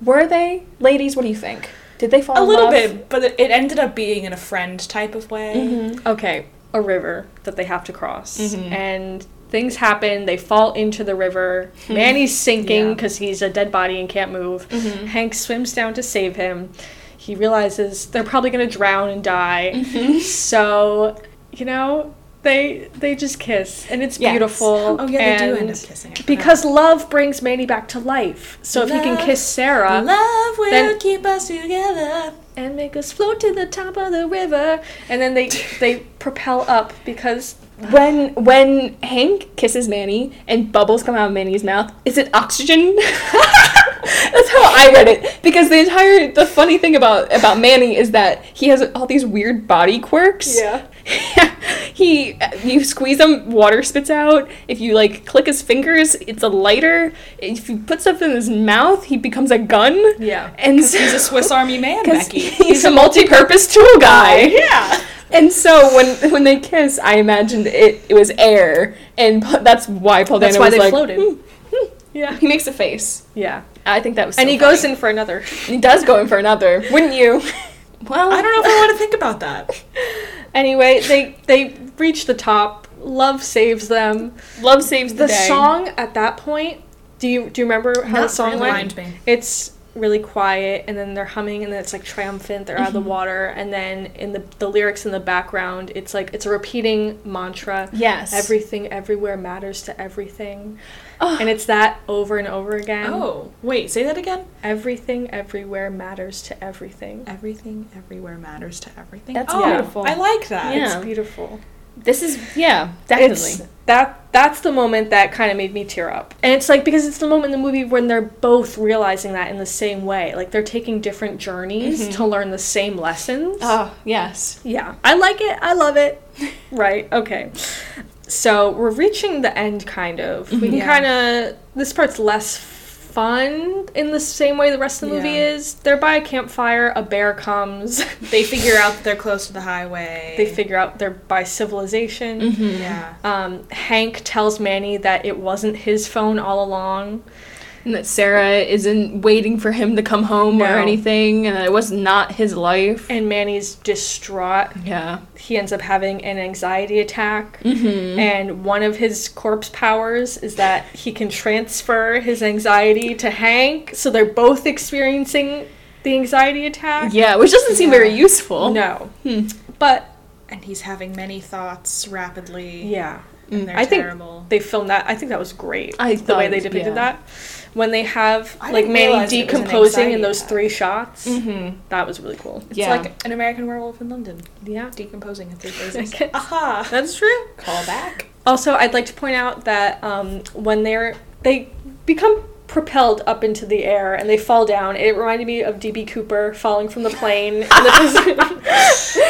[SPEAKER 1] "Were they, ladies? What do you think? Did they fall
[SPEAKER 4] a
[SPEAKER 1] in
[SPEAKER 4] little
[SPEAKER 1] love?"
[SPEAKER 4] bit, but it it ended up being in a friend type of way.
[SPEAKER 3] Okay, a river that they have to cross.
[SPEAKER 4] Mm-hmm.
[SPEAKER 3] And things happen. They fall into the river.
[SPEAKER 4] Hmm.
[SPEAKER 3] Manny's sinking
[SPEAKER 1] Yeah.
[SPEAKER 3] because he's a dead body and can't move.
[SPEAKER 4] Mm-hmm.
[SPEAKER 3] Hank swims down to save him. He realizes they're probably going to drown and die.
[SPEAKER 4] Mm-hmm.
[SPEAKER 3] (laughs) So, you know, they they just kiss and it's
[SPEAKER 1] Yes.
[SPEAKER 3] beautiful.
[SPEAKER 4] Oh yeah, they do end
[SPEAKER 3] and
[SPEAKER 4] up kissing. I forgot.
[SPEAKER 3] Because love brings Manny back to life. So if he can
[SPEAKER 4] Love-
[SPEAKER 3] kiss Sarah,
[SPEAKER 4] love will
[SPEAKER 3] then-
[SPEAKER 4] keep us together.
[SPEAKER 3] and make us float to the top of the river. And then they
[SPEAKER 4] (laughs)
[SPEAKER 3] they propel up because
[SPEAKER 1] When when Hank kisses Manny and bubbles come out of Manny's mouth, is it oxygen? (laughs) That's how I read it because the entire the funny thing about about Manny is that he has all these weird body quirks.
[SPEAKER 3] Yeah.
[SPEAKER 1] (laughs) he you squeeze him, water spits out. If you like click his fingers, it's a lighter. If you put stuff in his mouth, he becomes a gun.
[SPEAKER 3] Yeah.
[SPEAKER 1] and so,
[SPEAKER 4] He's a Swiss Army man,
[SPEAKER 1] (laughs) 'cause
[SPEAKER 4] Becky.
[SPEAKER 1] he's a multi-purpose tool (laughs) guy.
[SPEAKER 4] Yeah.
[SPEAKER 1] And so when when they kiss, I imagined it it was air, and p- that's why Paul
[SPEAKER 3] That's
[SPEAKER 1] Dano
[SPEAKER 3] why
[SPEAKER 1] was
[SPEAKER 3] they
[SPEAKER 1] like,
[SPEAKER 3] floated.
[SPEAKER 1] "Hmm,
[SPEAKER 3] yeah,
[SPEAKER 1] He makes a face.
[SPEAKER 3] yeah.
[SPEAKER 1] I think that was. So
[SPEAKER 3] and he
[SPEAKER 1] funny.
[SPEAKER 3] goes in for another.
[SPEAKER 1] He does go in for another, wouldn't (laughs) you? well,
[SPEAKER 4] I don't know if I want to think about (laughs) that.
[SPEAKER 3] Anyway, they they reach the top. Love saves them.
[SPEAKER 1] Love saves the,
[SPEAKER 3] The
[SPEAKER 1] day.
[SPEAKER 3] song at that point. Do you do you remember how the
[SPEAKER 4] Not
[SPEAKER 3] song
[SPEAKER 4] really.
[SPEAKER 3] went?
[SPEAKER 4] Remind me.
[SPEAKER 3] It's really quiet, and then they're humming, and then it's like triumphant. They're out of the water, and then in the the lyrics in the background, it's like it's a repeating mantra.
[SPEAKER 1] Yes.
[SPEAKER 3] Everything, everywhere matters to everything.
[SPEAKER 1] Oh.
[SPEAKER 3] And it's that over and over again.
[SPEAKER 4] Oh, wait, say that again.
[SPEAKER 3] Everything, everywhere matters to everything.
[SPEAKER 4] Everything, everywhere matters to everything.
[SPEAKER 1] That's
[SPEAKER 4] oh,
[SPEAKER 1] beautiful.
[SPEAKER 4] I like that.
[SPEAKER 1] Yeah.
[SPEAKER 3] It's beautiful.
[SPEAKER 1] This is yeah,
[SPEAKER 3] It's,
[SPEAKER 1] definitely.
[SPEAKER 3] that that's the moment that kind of made me tear up. And it's like because it's the moment in the movie when they're both realizing that in the same way. Like they're taking different journeys
[SPEAKER 4] Mm-hmm.
[SPEAKER 3] to learn the same lessons.
[SPEAKER 4] Ah.
[SPEAKER 1] Oh yes.
[SPEAKER 3] Yeah, I like it. I love
[SPEAKER 4] (laughs)
[SPEAKER 3] it. right. Okay. So we're reaching the end, kind of. We can
[SPEAKER 4] Mm-hmm. Yeah.
[SPEAKER 3] kind of. This part's less fun in the same way the rest of the movie
[SPEAKER 4] Yeah.
[SPEAKER 3] is. They're by a campfire. A bear comes.
[SPEAKER 4] They figure out that they're close to the highway.
[SPEAKER 3] (laughs)
[SPEAKER 4] Hmm.
[SPEAKER 3] they figure out they're by
[SPEAKER 4] Mm-hmm.
[SPEAKER 3] civilization.
[SPEAKER 4] Yeah.
[SPEAKER 3] Um, Hank tells Manny that it wasn't his phone all along.
[SPEAKER 1] and that Sarah isn't waiting for him to come home
[SPEAKER 3] No.
[SPEAKER 1] or anything, and that it was not his life.
[SPEAKER 3] And Manny's distraught.
[SPEAKER 1] Yeah.
[SPEAKER 3] He ends up having an anxiety attack.
[SPEAKER 4] Mm-hmm.
[SPEAKER 3] And one of his corpse powers is that he can transfer his anxiety to Hank. So they're both experiencing the anxiety attack.
[SPEAKER 1] Yeah, which doesn't seem very useful.
[SPEAKER 3] No.
[SPEAKER 4] Hmm.
[SPEAKER 3] But
[SPEAKER 4] And he's having many thoughts rapidly.
[SPEAKER 3] yeah.
[SPEAKER 4] And they're
[SPEAKER 3] I think
[SPEAKER 4] terrible.
[SPEAKER 3] they filmed that. I think that was great.
[SPEAKER 1] I
[SPEAKER 3] the way
[SPEAKER 1] thought-
[SPEAKER 3] they depicted
[SPEAKER 1] yeah.
[SPEAKER 3] that. When they have
[SPEAKER 4] I
[SPEAKER 3] like
[SPEAKER 4] didn't
[SPEAKER 3] Manny
[SPEAKER 4] realize it was an
[SPEAKER 3] decomposing
[SPEAKER 4] anxiety
[SPEAKER 3] in those
[SPEAKER 4] attack. Mm-hmm.
[SPEAKER 3] three shots,
[SPEAKER 1] Hmm.
[SPEAKER 3] that was really cool.
[SPEAKER 4] It's
[SPEAKER 1] Yeah.
[SPEAKER 4] like an American werewolf in London,
[SPEAKER 3] Yeah,
[SPEAKER 4] decomposing
[SPEAKER 1] (laughs)
[SPEAKER 4] in three phases.
[SPEAKER 3] Okay.
[SPEAKER 4] Aha!
[SPEAKER 3] that's true.
[SPEAKER 4] Call back.
[SPEAKER 3] Also, I'd like to point out that um, when they're they become propelled up into the air and they fall down, it reminded me of DB Cooper falling from the plane. in the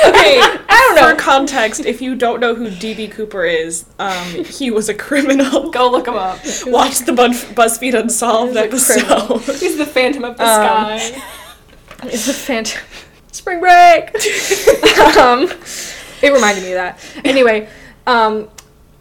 [SPEAKER 4] Okay,
[SPEAKER 3] I don't know.
[SPEAKER 4] For context, if you don't know who DB Cooper is, um, he was a criminal.
[SPEAKER 1] (laughs) Go look him up.
[SPEAKER 4] (laughs) Watch the Bun- BuzzFeed Unsolved
[SPEAKER 3] He was a
[SPEAKER 4] (laughs)
[SPEAKER 3] criminal.
[SPEAKER 4] episode.
[SPEAKER 1] He's the phantom of the
[SPEAKER 3] Um,
[SPEAKER 1] sky.
[SPEAKER 3] It's a phantom. Spring break. (laughs) um, it reminded me of that. Anyway, um,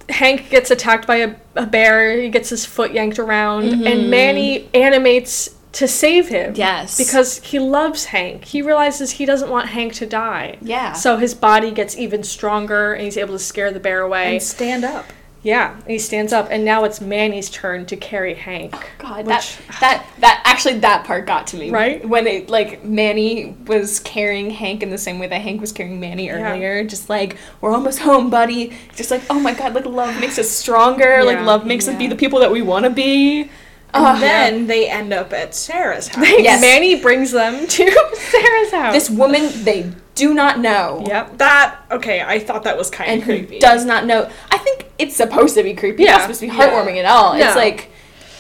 [SPEAKER 3] Hank gets attacked by a, a bear. He gets his foot yanked around, and Manny animates to save him.
[SPEAKER 1] Yes.
[SPEAKER 3] because he loves Hank. He realizes he doesn't want Hank to die.
[SPEAKER 1] Yeah.
[SPEAKER 3] So his body gets even stronger, and he's able to scare the bear away.
[SPEAKER 4] And stand up.
[SPEAKER 3] yeah, he stands up, and now it's Manny's turn to carry Hank.
[SPEAKER 1] God, that that that actually that part got to me.
[SPEAKER 3] Right?
[SPEAKER 1] when it like Manny was carrying Hank in the same way that Hank was carrying Manny earlier, just like we're almost home, buddy. Just like oh my God, like love makes us stronger. Like
[SPEAKER 3] Yeah.
[SPEAKER 1] love makes us be the people that we want to be. Ah,
[SPEAKER 4] And
[SPEAKER 1] Ugh.
[SPEAKER 4] then they end up at Sarah's house.
[SPEAKER 1] (laughs) Yes.
[SPEAKER 3] Manny brings them (laughs) to Sarah's house.
[SPEAKER 1] this woman they do not know.
[SPEAKER 3] yep.
[SPEAKER 4] That okay, I thought that was kind
[SPEAKER 1] and
[SPEAKER 4] of
[SPEAKER 1] who
[SPEAKER 4] creepy.
[SPEAKER 1] does not know. I think it's supposed to be creepy.
[SPEAKER 3] Yeah.
[SPEAKER 1] It's not supposed to be heartwarming at all.
[SPEAKER 3] No.
[SPEAKER 1] It's like,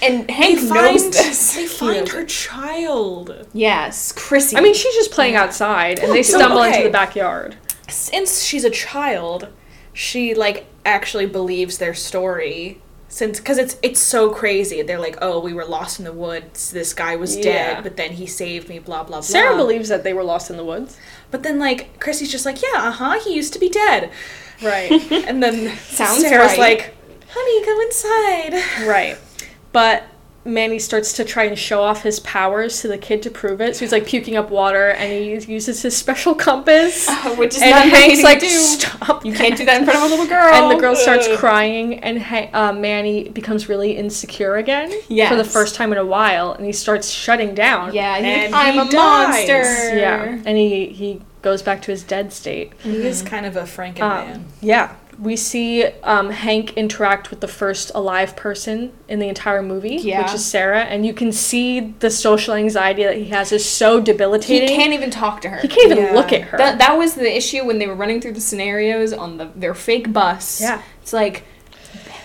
[SPEAKER 1] and
[SPEAKER 4] they
[SPEAKER 1] Hank
[SPEAKER 4] find,
[SPEAKER 1] knows
[SPEAKER 4] (laughs)
[SPEAKER 1] this.
[SPEAKER 4] They find her child.
[SPEAKER 1] Yes, Chrissy.
[SPEAKER 3] I mean, she's just playing outside, and they
[SPEAKER 4] dude,
[SPEAKER 3] stumble
[SPEAKER 4] okay.
[SPEAKER 3] into the backyard.
[SPEAKER 4] Since she's a child, she like actually believes their story. Since because it's it's so crazy. They're like, oh, we were lost in the woods. This guy was
[SPEAKER 3] Yeah.
[SPEAKER 4] dead, but then he saved me. Blah blah blah.
[SPEAKER 3] Sarah believes that they were lost in the woods.
[SPEAKER 4] But then like Chrissy's just like, yeah, uh huh. He used to be (laughs) dead.
[SPEAKER 3] Right.
[SPEAKER 4] And then
[SPEAKER 1] Sounds
[SPEAKER 4] Sarah's
[SPEAKER 1] right.
[SPEAKER 4] like, honey, go inside.
[SPEAKER 3] (laughs) right. But Manny starts to try and show off his powers to the kid to prove it. So he's like puking up water, and he uses his
[SPEAKER 1] (sighs)
[SPEAKER 3] special compass.
[SPEAKER 1] which is not
[SPEAKER 3] and Hank's like,
[SPEAKER 1] do.
[SPEAKER 3] stop.
[SPEAKER 1] You can't do that in front of a little girl.
[SPEAKER 3] (laughs) And the girl starts
[SPEAKER 4] Ugh.
[SPEAKER 3] crying, and Han- uh, Manny becomes really insecure again for the
[SPEAKER 1] Yes.
[SPEAKER 3] first time in a while, and he starts shutting down.
[SPEAKER 1] Yeah, he's
[SPEAKER 4] And
[SPEAKER 1] like, I'm
[SPEAKER 4] he
[SPEAKER 1] a
[SPEAKER 4] dies.
[SPEAKER 1] monster.
[SPEAKER 3] Yeah. And he he goes back to his dead state.
[SPEAKER 4] (laughs) He is kind of a Frankenman.
[SPEAKER 3] Um, yeah. We see um, Hank interact with the first alive person in the entire movie,
[SPEAKER 1] Yeah.
[SPEAKER 3] which is Sarah, and you can see the social anxiety that he has is so
[SPEAKER 1] He
[SPEAKER 3] debilitating.
[SPEAKER 1] can't even talk to her.
[SPEAKER 3] He can't even
[SPEAKER 4] Yeah.
[SPEAKER 3] look at her.
[SPEAKER 1] That, that was the issue when they were running through the scenarios on the their fake bus.
[SPEAKER 3] Yeah.
[SPEAKER 1] It's like,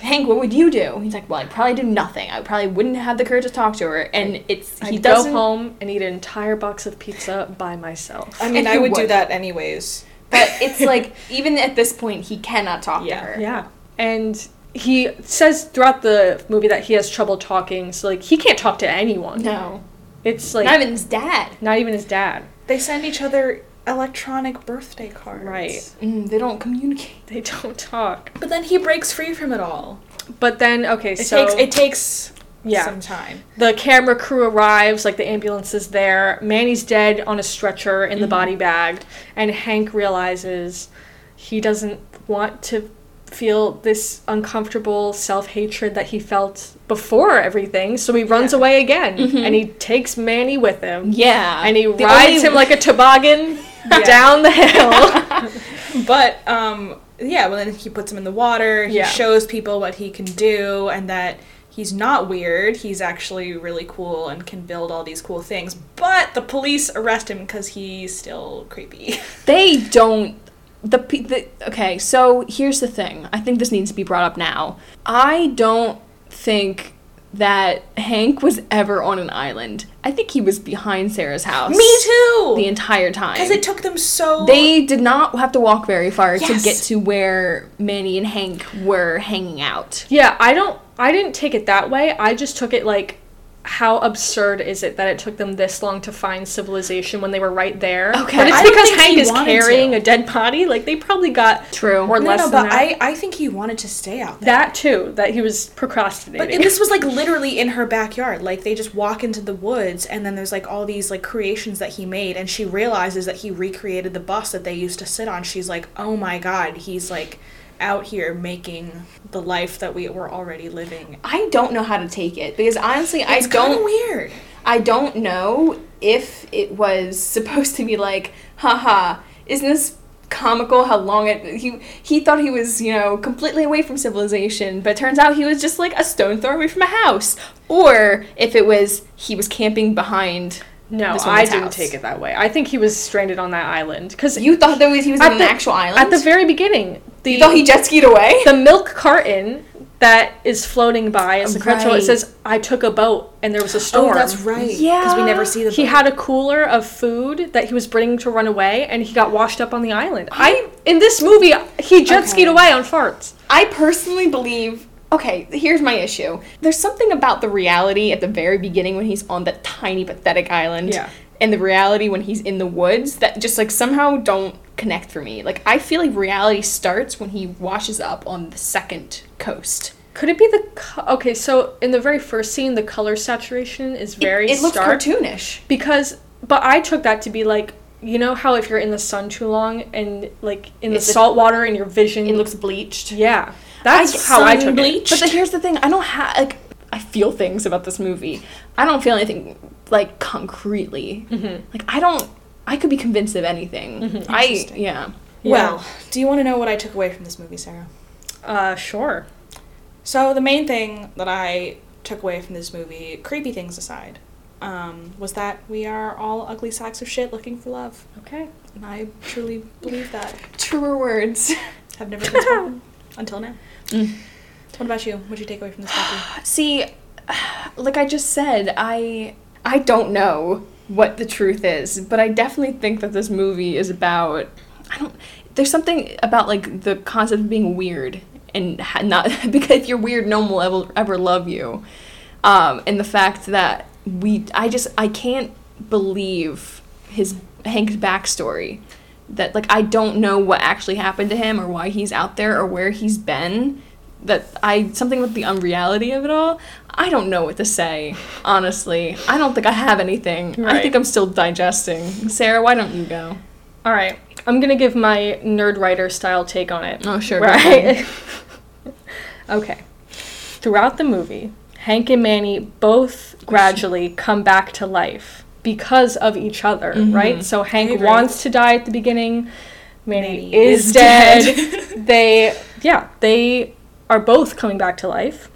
[SPEAKER 1] Hank, what would you do? He's like, well, I'd probably do nothing. I probably wouldn't have the courage to talk to her. And it's
[SPEAKER 3] I'd
[SPEAKER 1] he
[SPEAKER 3] go
[SPEAKER 1] doesn't.
[SPEAKER 3] home and eat an entire box of pizza by myself.
[SPEAKER 4] I mean,
[SPEAKER 1] And
[SPEAKER 4] I
[SPEAKER 1] he
[SPEAKER 4] would do
[SPEAKER 1] would.
[SPEAKER 4] that anyways.
[SPEAKER 1] But
[SPEAKER 3] (laughs)
[SPEAKER 1] it's
[SPEAKER 4] (laughs)
[SPEAKER 1] like even at this point, he cannot talk
[SPEAKER 4] Yeah.
[SPEAKER 1] to her.
[SPEAKER 3] Yeah. And he says throughout the movie that he has trouble talking, so like he can't talk to anyone.
[SPEAKER 1] No,
[SPEAKER 3] It's like
[SPEAKER 1] not even his dad.
[SPEAKER 3] not even his dad.
[SPEAKER 4] They send each other electronic birthday cards.
[SPEAKER 3] Right.
[SPEAKER 1] Mm, they don't communicate.
[SPEAKER 3] They (laughs) don't talk.
[SPEAKER 4] But then he breaks free from it all.
[SPEAKER 3] But then okay,
[SPEAKER 4] It
[SPEAKER 3] so
[SPEAKER 4] takes it takes
[SPEAKER 3] Yeah.
[SPEAKER 4] some time.
[SPEAKER 3] the camera crew arrives, like the ambulance is there. Manny's dead on a stretcher in the body bag, and Hank realizes he doesn't want to feel this uncomfortable self hatred that he felt before everything, so he runs away again and he takes Manny with him.
[SPEAKER 1] Yeah,
[SPEAKER 3] And he rides him like a (laughs) toboggan down the (laughs) hill.
[SPEAKER 4] But um yeah, well then he puts him in the water, he
[SPEAKER 3] Yeah.
[SPEAKER 4] shows people what he can do and that he's not weird. He's actually really cool and can build all these cool things. But the police arrest him cuz he's still creepy. (laughs)
[SPEAKER 1] they don't the, pe- the okay so here's the thing i think this needs to be brought up now i don't think that hank was ever on an island i think he was behind sarah's house
[SPEAKER 4] Me too.
[SPEAKER 1] the entire time
[SPEAKER 4] Cuz it took them so
[SPEAKER 1] they did not have to walk very far
[SPEAKER 4] Yes.
[SPEAKER 1] to get to where manny and hank were hanging out
[SPEAKER 3] yeah, I don't I didn't take it that way. I just took it like how absurd is it that it took them this long to find civilization when they were right there?
[SPEAKER 1] Okay.
[SPEAKER 3] but it's
[SPEAKER 1] I
[SPEAKER 4] don't
[SPEAKER 3] because
[SPEAKER 4] think
[SPEAKER 3] Hank
[SPEAKER 4] he
[SPEAKER 3] is
[SPEAKER 4] wanted
[SPEAKER 3] carrying
[SPEAKER 4] to.
[SPEAKER 3] a dead body. Like they probably got
[SPEAKER 1] True.
[SPEAKER 3] or
[SPEAKER 4] No,
[SPEAKER 3] less
[SPEAKER 4] no,
[SPEAKER 3] than
[SPEAKER 4] but
[SPEAKER 3] that.
[SPEAKER 4] I, I think he wanted to stay out there.
[SPEAKER 3] that too, that he was
[SPEAKER 4] But
[SPEAKER 3] procrastinating.
[SPEAKER 4] this was like literally in her backyard. Like they just walk into the woods, and then there's like all these like creations that he made, and she realizes that he recreated the bus that they used to sit on. She's like, oh my god, he's like out here making the life that we were already living.
[SPEAKER 1] I don't know how to take it because honestly, I
[SPEAKER 4] It's kind of
[SPEAKER 1] don't.
[SPEAKER 4] weird.
[SPEAKER 1] I don't know if it was (laughs) supposed to be like, haha, isn't this comical how long it he he thought he was, you know, completely away from civilization, but turns out he was just like a stone throw away from a house. Or if it was he was camping behind
[SPEAKER 3] (laughs) no,
[SPEAKER 1] this
[SPEAKER 3] I
[SPEAKER 1] woman's
[SPEAKER 3] didn't
[SPEAKER 1] house.
[SPEAKER 3] take it that way. I think he was stranded on that island because
[SPEAKER 1] You thought that was he was on
[SPEAKER 3] the,
[SPEAKER 1] an actual island?
[SPEAKER 3] At the very beginning, the
[SPEAKER 1] you thought he jet skied away?
[SPEAKER 3] (laughs) the milk carton that is floating by as a credential. It
[SPEAKER 1] Right.
[SPEAKER 3] says, "I took a boat and there was a storm."
[SPEAKER 4] Oh, that's right. because we
[SPEAKER 1] Yeah.
[SPEAKER 4] never see the.
[SPEAKER 3] He
[SPEAKER 4] boat.
[SPEAKER 3] had a cooler of food that he was bringing to run away, and he got washed up on
[SPEAKER 4] (gasps)
[SPEAKER 3] the island. I in this movie, he jet skied
[SPEAKER 4] Okay.
[SPEAKER 3] away on farts.
[SPEAKER 1] I personally believe. Okay, here's my issue. There's something about the reality at the very beginning when he's on that tiny, pathetic island,
[SPEAKER 3] Yeah.
[SPEAKER 1] and the reality when he's in the woods that just like somehow don't connect for me. Like I feel like reality starts when he washes up on the second coast.
[SPEAKER 3] Could it be the co- okay? So in the very first scene, the color saturation is
[SPEAKER 1] It-
[SPEAKER 3] very
[SPEAKER 1] it, looks
[SPEAKER 3] stark
[SPEAKER 1] cartoonish.
[SPEAKER 3] because. But I took that to be like you know how if you're in the sun too long and like in the
[SPEAKER 1] It's a-
[SPEAKER 3] salt water and your vision
[SPEAKER 1] It looks bleached.
[SPEAKER 3] yeah that's how I took it.
[SPEAKER 1] But the, here's the thing: I don't have like I feel things about this movie. I don't feel anything like concretely.
[SPEAKER 3] Mm-hmm.
[SPEAKER 1] Like I don't. I could be convinced of anything. I
[SPEAKER 4] Interesting.
[SPEAKER 1] yeah.
[SPEAKER 4] Well, do you want to know what I took away from this movie, Sarah?
[SPEAKER 3] Uh, sure.
[SPEAKER 4] So the main thing that I took away from this movie, creepy things aside, um, was that we are all ugly sacks of shit looking for love,
[SPEAKER 3] Okay.
[SPEAKER 4] and I truly believe that.
[SPEAKER 1] Truer words. (laughs)
[SPEAKER 4] Have never been (laughs) spoken until now. Mm. What about you? What did you take away from (sighs) this movie?
[SPEAKER 1] See, (sighs) like I just said, I I don't know what the truth is, but I definitely think that this movie is about I don't there's something about like the concept of being weird and ha- not (laughs) because if you're weird no one will ever, ever love you. Um, and the fact that we I just I can't believe his Hank's backstory that like I don't know what actually happened to him or why he's out there or where he's been. That I something with the unreality of it all. I don't know what to (laughs) say. Honestly, I don't think I have anything. I
[SPEAKER 3] Right.
[SPEAKER 1] think I'm still digesting. Sarah, why don't you go?
[SPEAKER 3] All right. I'm gonna give my nerd writer style take on it.
[SPEAKER 1] Oh, sure, (laughs) go
[SPEAKER 3] Right. (laughs) okay. Throughout the movie, Hank and Manny both gradually come back to life because of each other, right? So Hank
[SPEAKER 4] agree.
[SPEAKER 3] wants to die at the beginning. Manny,
[SPEAKER 4] Manny
[SPEAKER 3] is,
[SPEAKER 4] is
[SPEAKER 3] dead. (laughs) they, yeah, they are both coming back to life.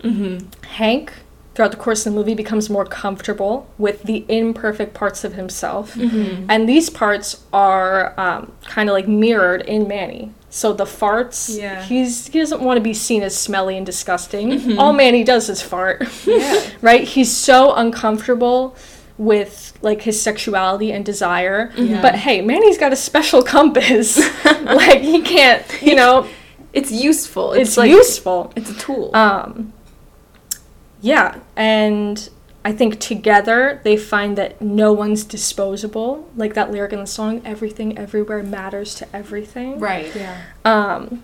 [SPEAKER 3] Hank, throughout the course of the movie, becomes more comfortable with the imperfect parts of himself.
[SPEAKER 4] Mm-hmm.
[SPEAKER 3] And these parts are um, kind of like mirrored in Manny. So the farts,
[SPEAKER 4] Yeah. Mm-hmm.
[SPEAKER 3] he's, he doesn't want to be seen as smelly and disgusting. All Manny does is fart,
[SPEAKER 4] Yeah.
[SPEAKER 3] (laughs) right? He's so uncomfortable with like his sexuality and desire.
[SPEAKER 4] Yeah.
[SPEAKER 3] But hey, Manny's got a
[SPEAKER 4] (laughs)
[SPEAKER 3] special compass.
[SPEAKER 1] (laughs)
[SPEAKER 3] like he can't, you know,
[SPEAKER 1] It's useful. It's,
[SPEAKER 3] it's,
[SPEAKER 1] like
[SPEAKER 3] useful.
[SPEAKER 1] it's a tool.
[SPEAKER 3] Um, yeah, and I think together they find that no one's disposable. Like that lyric in the song, everything everywhere matters to everything.
[SPEAKER 1] right.
[SPEAKER 4] yeah.
[SPEAKER 3] Um,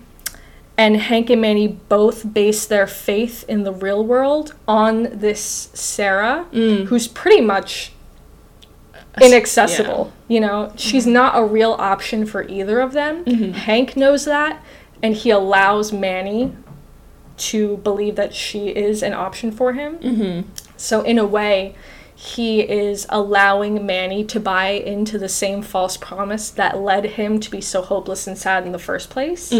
[SPEAKER 3] and Hank and Manny both base their faith in the real world on this Sarah, who's pretty much inaccessible. You know, she's not a real option for either of them. Hank knows that, and he allows Manny to believe that she is an option for him. So, in a way, he is allowing Manny to buy into the same false promise that led him to be so hopeless and sad in the first place.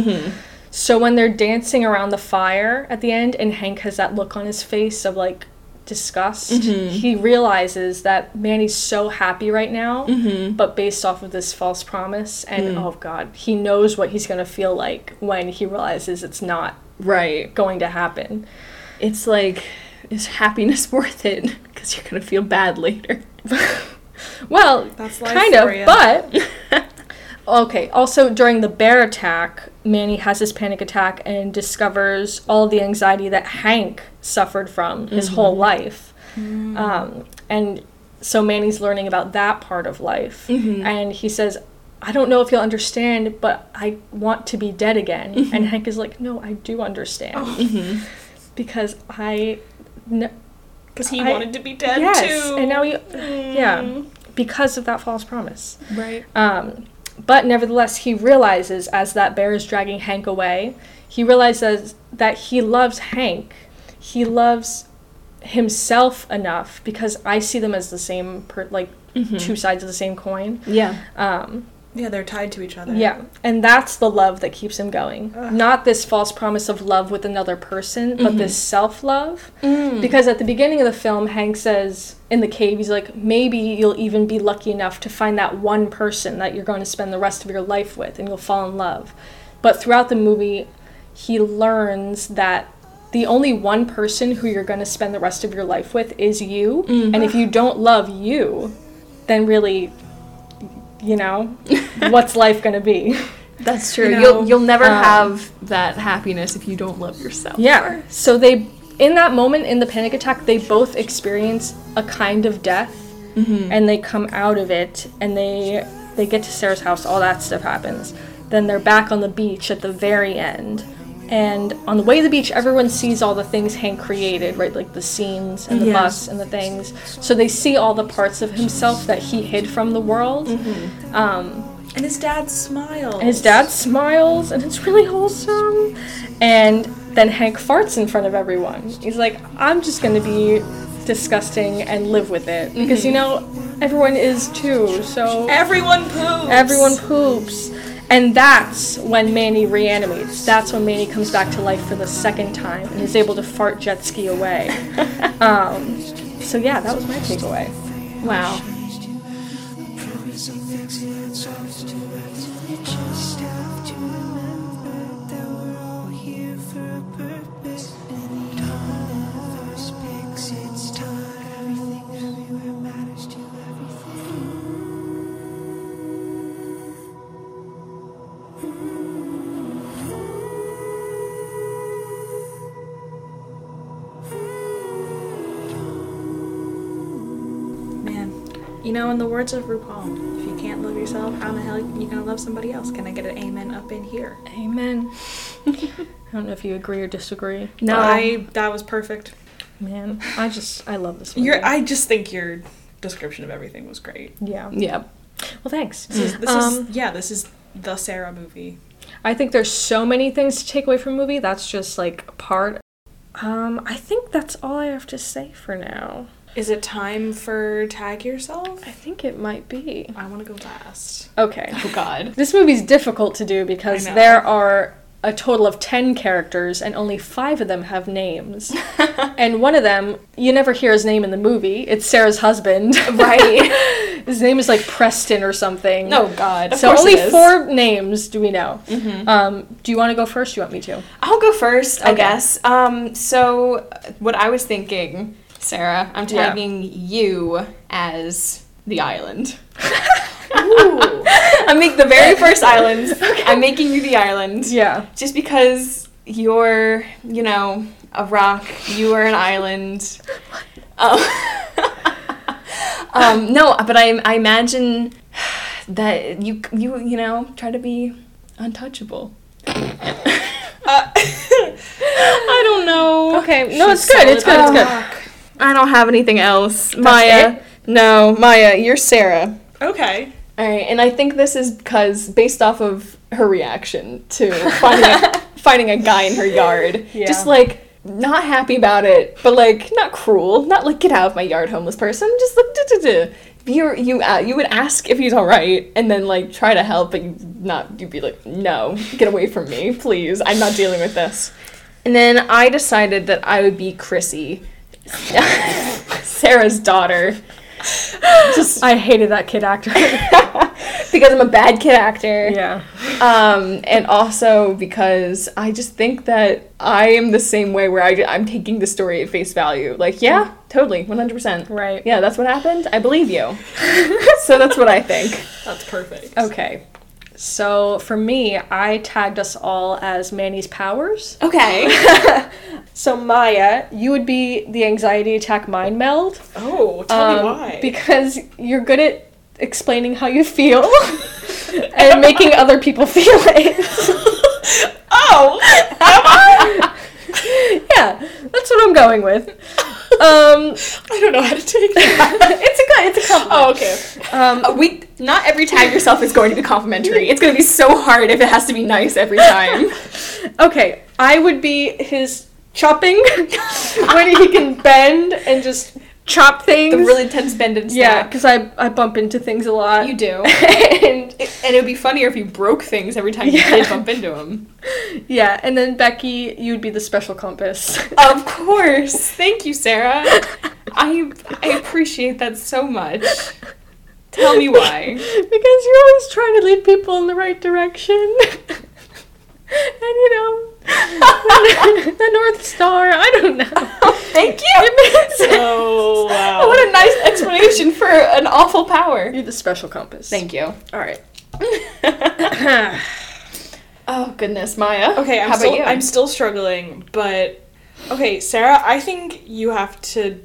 [SPEAKER 3] So, when they're dancing around the fire at the end, and Hank has that look on his face of like disgust, he realizes that Manny's so happy right now, but based off of this false promise. And oh, God, he knows what he's going to feel like when he realizes it's not
[SPEAKER 1] Right.
[SPEAKER 3] going to happen.
[SPEAKER 1] It's like is happiness (laughs) worth it? Because you're gonna feel bad later. (laughs)
[SPEAKER 3] Well,
[SPEAKER 4] That's life
[SPEAKER 3] kind
[SPEAKER 1] Oh,
[SPEAKER 4] for ya.
[SPEAKER 3] of, but okay. Also, during the bear attack, Manny has his panic attack and discovers all the anxiety that Hank suffered from his whole life.
[SPEAKER 5] Mm.
[SPEAKER 3] Um, and so Manny's learning about that part of life.
[SPEAKER 1] Mm-hmm.
[SPEAKER 3] And he says, I don't know if you'll understand, but I want to be dead again. And Hank is like, No, I do understand.
[SPEAKER 1] Oh. mm-hmm,
[SPEAKER 3] Because I. kn-
[SPEAKER 4] Because he
[SPEAKER 3] I-
[SPEAKER 4] wanted to be dead
[SPEAKER 3] yes.
[SPEAKER 4] too. Mm.
[SPEAKER 3] And now he. Yeah. Because of that false promise.
[SPEAKER 1] Right.
[SPEAKER 3] Um, but nevertheless, he realizes as that bear is dragging Hank away, he realizes that he loves Hank. He loves himself enough because I see them as the same, per- like
[SPEAKER 1] Hmm.
[SPEAKER 3] two sides of the same coin.
[SPEAKER 1] mm-hmm. Yeah.
[SPEAKER 3] Um,
[SPEAKER 4] Yeah, they're tied to each other.
[SPEAKER 3] yeah, and that's the love that keeps him going. Not this false promise of love with another person, but this self love.
[SPEAKER 4] Mm.
[SPEAKER 3] Because at the beginning of the film, Hank says in the cave, he's like, maybe you'll even be lucky enough to find that one person that you're going to spend the rest of your life with and you'll fall in love. But throughout the movie, he learns that the only one person who you're going to spend the rest of your life with is you. And if you don't love you, then really, you know, what's life going to be?
[SPEAKER 1] That's true.
[SPEAKER 4] You
[SPEAKER 1] You
[SPEAKER 4] know,
[SPEAKER 1] will you'll never
[SPEAKER 3] um,
[SPEAKER 1] have that happiness if you don't love yourself.
[SPEAKER 3] Yeah. So they, in that moment in the panic attack, they both experience a kind of death, and they come out of it, and they they get to Sarah's house. All that stuff happens. Then they're back on the beach at the very end. And on the way to the beach, everyone sees all the things Hank created, right? Like the scenes and the
[SPEAKER 1] Yeah.
[SPEAKER 3] bus and the things. So they see all the parts of himself that he hid from the world. Um,
[SPEAKER 4] And his dad smiles.
[SPEAKER 3] and his dad smiles, and it's really wholesome. And then Hank farts in front of everyone. He's like, I'm just gonna be disgusting and live with it.
[SPEAKER 1] Mm-hmm.
[SPEAKER 3] Because, you know, everyone is too, so
[SPEAKER 4] Everyone poops.
[SPEAKER 3] everyone poops. And that's when Manny reanimates. That's when Manny comes back to life for the second time and is able to fart jet
[SPEAKER 1] (laughs)
[SPEAKER 3] ski away. um, so, yeah, that was my takeaway.
[SPEAKER 1] Wow.
[SPEAKER 5] Man, you know, in the words of RuPaul, if you can't love yourself, how the hell you gonna love somebody else? Can I get an amen up in here?
[SPEAKER 3] Amen. I don't know if you agree or disagree.
[SPEAKER 1] No.
[SPEAKER 4] I that was perfect.
[SPEAKER 3] Man, I just, I love this movie.
[SPEAKER 4] Your I just think your description of everything was great.
[SPEAKER 3] yeah.
[SPEAKER 1] yeah.
[SPEAKER 3] Well, thanks.
[SPEAKER 4] This, is- this
[SPEAKER 3] Um,
[SPEAKER 4] is yeah, this is the Sarah movie.
[SPEAKER 3] I think there's so many things to take away from the movie. That's just like a part. Um, I think that's all I have to say for now.
[SPEAKER 4] Is it time for tag yourself?
[SPEAKER 3] I think it might be.
[SPEAKER 4] I want to go last.
[SPEAKER 3] Okay.
[SPEAKER 4] Oh God.
[SPEAKER 3] This movie's difficult to do because
[SPEAKER 4] I know.
[SPEAKER 3] there are a total of 10 characters and only 5 of them
[SPEAKER 4] (laughs)
[SPEAKER 3] have names. and one of them, you never hear his name in the movie. It's
[SPEAKER 4] (laughs)
[SPEAKER 3] Sarah's husband. Right. (laughs) his name is like Preston or something.
[SPEAKER 4] Oh God. Of
[SPEAKER 3] So
[SPEAKER 4] course
[SPEAKER 3] only
[SPEAKER 4] it is. Mm-hmm.
[SPEAKER 3] four names do we know. Um, do you want to go first? Do you want me to?
[SPEAKER 4] I'll go first, I
[SPEAKER 3] Okay.
[SPEAKER 4] guess. Um, so uh, what I was thinking, Sarah, I'm
[SPEAKER 3] Yeah.
[SPEAKER 4] tagging you as the island.
[SPEAKER 3] (laughs)
[SPEAKER 4] (laughs)
[SPEAKER 3] Ooh.
[SPEAKER 4] I'm making the very first island.
[SPEAKER 3] (laughs)
[SPEAKER 4] I'm making you the island.
[SPEAKER 3] yeah.
[SPEAKER 4] Just because you're, you know, a rock, you are an island. Um, (laughs) um, no, but I, I imagine that you, you, you know, try to be (laughs) untouchable. Uh, I don't know.
[SPEAKER 3] Okay, no, it's good. It's good. It's good.
[SPEAKER 4] I don't have anything else. Maya, no, Maya, you're Sarah.
[SPEAKER 5] Okay.
[SPEAKER 1] All right, and I think this is because based off of her reaction to finding a, finding a guy in her yard,
[SPEAKER 3] Yeah.
[SPEAKER 1] just like not happy about it, but like not cruel, not like get out of my yard, homeless person. Just like duh, duh, duh. You you uh, you would ask if he's all right, and then like try to help, but you not you'd be like, no, get away from me, please. I'm not dealing with this. And then I decided that I would be Chrissy, (laughs) Sarah's daughter. Just
[SPEAKER 3] I hated that
[SPEAKER 4] (laughs)
[SPEAKER 3] kid actor.
[SPEAKER 1] (laughs) because I'm a bad kid actor.
[SPEAKER 3] yeah.
[SPEAKER 1] um, and also because I just think that I am the same way where I, am taking the story at face value. Like, yeah, totally, 100%.
[SPEAKER 3] Right.
[SPEAKER 1] (laughs) Yeah, that's what happened. I believe you. so that's what I think.
[SPEAKER 4] That's perfect.
[SPEAKER 3] Okay. So for me, I tagged us all as Manny's powers.
[SPEAKER 1] Okay.
[SPEAKER 3] So Maya, you would be the anxiety attack mind meld.
[SPEAKER 4] Oh, tell me
[SPEAKER 3] Um,
[SPEAKER 4] why.
[SPEAKER 3] Because you're good at explaining how you feel (laughs) and making other people feel it.
[SPEAKER 4] (laughs) oh,
[SPEAKER 3] (laughs) yeah, that's what I'm going with. Um, (laughs)
[SPEAKER 4] I don't know how to take that.
[SPEAKER 3] it's a good, it's a
[SPEAKER 4] Oh,
[SPEAKER 3] compliment.
[SPEAKER 4] okay.
[SPEAKER 3] Um,
[SPEAKER 1] Uh, we not every tag yourself is going to be complimentary. It's going to be so hard if it has to be nice every (laughs) time.
[SPEAKER 3] okay, I would be his chopping (laughs) when he can bend and just chop things.
[SPEAKER 1] the really tense bend and
[SPEAKER 3] yeah,
[SPEAKER 1] snap.
[SPEAKER 3] because I I bump into things a lot. (laughs)
[SPEAKER 1] you (laughs) do.
[SPEAKER 3] and
[SPEAKER 1] It- and it would be funnier if you broke things every time
[SPEAKER 3] Yeah.
[SPEAKER 1] you did bump into them.
[SPEAKER 3] yeah, and then Becky, you'd be the special compass.
[SPEAKER 1] Of course. Thank you, Sarah. I I appreciate that so much. Tell me why.
[SPEAKER 3] (laughs) because you're (laughs) always trying to lead people in the right direction. (laughs) and you know, the North Star, I don't know.
[SPEAKER 1] (laughs)
[SPEAKER 3] (laughs)
[SPEAKER 1] Thank you.
[SPEAKER 4] Oh, wow.
[SPEAKER 1] What a nice explanation for an awful
[SPEAKER 3] (laughs)
[SPEAKER 1] power.
[SPEAKER 3] You're the special compass.
[SPEAKER 1] Thank you.
[SPEAKER 3] All right.
[SPEAKER 1] oh goodness, Maya.
[SPEAKER 4] Okay, I'm
[SPEAKER 1] How
[SPEAKER 4] still
[SPEAKER 1] about you?
[SPEAKER 4] I'm still struggling, but okay, Sarah, I think you have to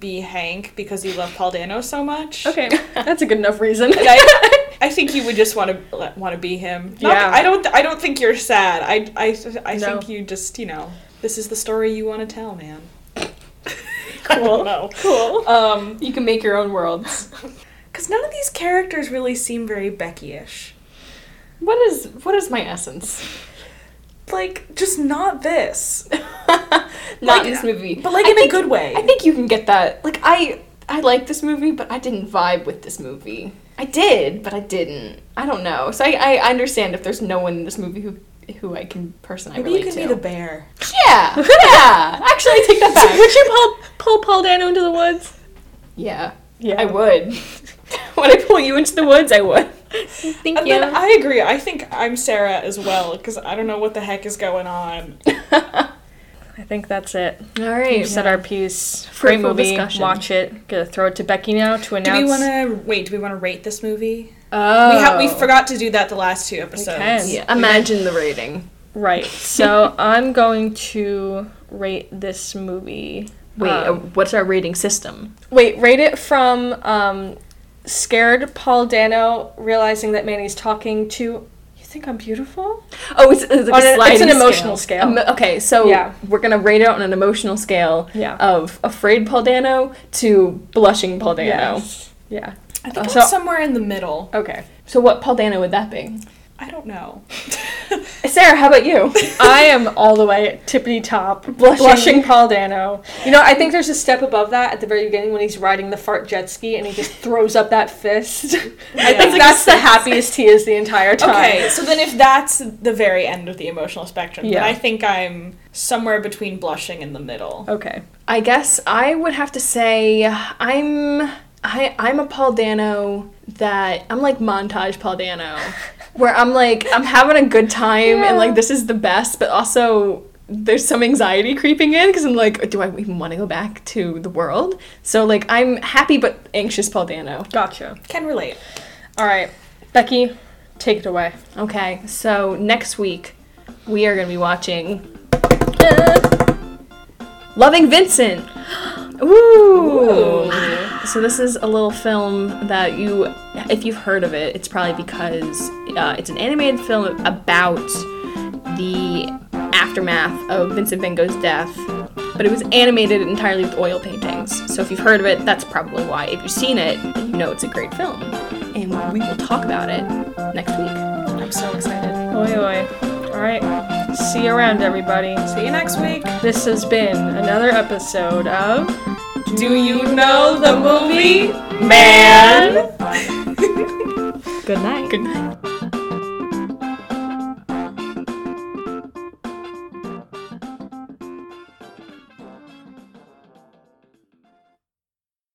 [SPEAKER 4] be Hank because you love Paul Dano so much.
[SPEAKER 3] Okay, that's a good
[SPEAKER 1] (laughs)
[SPEAKER 3] enough reason.
[SPEAKER 4] And I, I
[SPEAKER 3] (laughs)
[SPEAKER 4] think you would just want to want to be him. Not-
[SPEAKER 3] Yeah.
[SPEAKER 4] I don't. I don't think you're sad. I. I. I
[SPEAKER 3] No.
[SPEAKER 4] think you just. You know. This is the story you want to tell, man. cool. Cool. Um.
[SPEAKER 1] You can make your own worlds.
[SPEAKER 4] Because none of these characters really seem very Becky-ish.
[SPEAKER 1] What is what is my
[SPEAKER 3] (laughs)
[SPEAKER 1] essence?
[SPEAKER 4] Like, just not this.
[SPEAKER 1] Not
[SPEAKER 4] Like-
[SPEAKER 1] this movie,
[SPEAKER 4] But like
[SPEAKER 1] I
[SPEAKER 4] in
[SPEAKER 1] think-
[SPEAKER 4] a good way.
[SPEAKER 1] I think you can get that. Like I I like this movie, but I didn't vibe with this movie. I did, but I didn't. I don't know. So I, I understand if there's no one in this movie who who I can person I
[SPEAKER 4] Maybe you
[SPEAKER 1] relate
[SPEAKER 4] could
[SPEAKER 1] to.
[SPEAKER 4] be the bear.
[SPEAKER 1] (laughs) yeah, yeah. Actually, I take that back. (laughs)
[SPEAKER 3] Would you pull, pull Paul Dano into the woods?
[SPEAKER 1] Yeah,
[SPEAKER 3] Yeah.
[SPEAKER 1] I would. (laughs) When I pull you into the woods, I would.
[SPEAKER 3] Thank
[SPEAKER 4] And then I agree. I think I'm Sarah as well because I don't know what the heck is going on.
[SPEAKER 3] I think that's it.
[SPEAKER 1] All
[SPEAKER 3] We've
[SPEAKER 1] right.
[SPEAKER 3] said our piece.
[SPEAKER 1] Fruitful
[SPEAKER 3] Great movie.
[SPEAKER 1] discussion.
[SPEAKER 3] Watch it. Gonna throw it to Becky now to
[SPEAKER 4] Do
[SPEAKER 3] announce.
[SPEAKER 4] we want to wait? Do we want to rate this movie?
[SPEAKER 3] Oh.
[SPEAKER 4] We ha- we forgot to do that the last two episodes.
[SPEAKER 3] can.
[SPEAKER 1] Yeah, imagine the rating. (laughs)
[SPEAKER 3] Right. So I'm going to rate this movie.
[SPEAKER 1] Wait, uh,
[SPEAKER 3] um,
[SPEAKER 1] what's our rating system?
[SPEAKER 3] wait. Rate it from um, scared Paul Dano realizing that Manny's talking to. You think I'm beautiful?
[SPEAKER 1] Oh, it's, it's like
[SPEAKER 3] On
[SPEAKER 1] a
[SPEAKER 3] an- it's
[SPEAKER 1] sliding
[SPEAKER 3] an emotional scale.
[SPEAKER 1] Emo- okay, so
[SPEAKER 3] Yeah.
[SPEAKER 1] we're gonna rate it on an emotional scale
[SPEAKER 3] Yeah.
[SPEAKER 1] of afraid Paul Dano to blushing Paul Dano.
[SPEAKER 3] Yeah.
[SPEAKER 4] I think
[SPEAKER 3] Uh,
[SPEAKER 4] I'm
[SPEAKER 3] so-
[SPEAKER 4] somewhere in the middle.
[SPEAKER 3] Okay.
[SPEAKER 1] So what Paul Dano would that be?
[SPEAKER 4] I don't (laughs) know.
[SPEAKER 1] Sarah, how about (laughs) you?
[SPEAKER 3] I am all the way tippity top, blushing. Paul Dano. You know, I think there's a step above that at the very beginning when he's riding the fart jet ski and he just throws up that fist. (laughs) I think that's the happiest he is the entire time.
[SPEAKER 4] okay, so then if that's the very end of the emotional spectrum,
[SPEAKER 3] Yeah.
[SPEAKER 4] then I think I'm somewhere between blushing and the middle.
[SPEAKER 3] Okay.
[SPEAKER 1] I guess I would have to say I'm I I'm a Paul Dano that I'm like montage Paul Dano, where I'm like I'm having a good time and like this is the best, but also there's some anxiety creeping in because I'm like, do I even want to go back to the world? So like I'm happy but anxious Paul Dano.
[SPEAKER 3] Gotcha.
[SPEAKER 4] Can relate.
[SPEAKER 3] All right. Becky, take it away.
[SPEAKER 1] Okay, so next week we are gonna be watching uh, Loving Vincent. Ooh. So this is a little film that you, if you've heard of it, it's probably because uh, it's an animated film about the aftermath of Vincent Van Gogh's death, but it was animated entirely with oil paintings. So if you've heard of it, that's probably why. If you've seen it, you know it's a great film, and we will talk about it next week.
[SPEAKER 4] I'm so excited.
[SPEAKER 3] Oi, oi. All right. See you around, everybody.
[SPEAKER 4] See you next week.
[SPEAKER 3] This has been another episode of.
[SPEAKER 4] Do you know the movie?
[SPEAKER 3] Man!
[SPEAKER 1] Good night. Good night.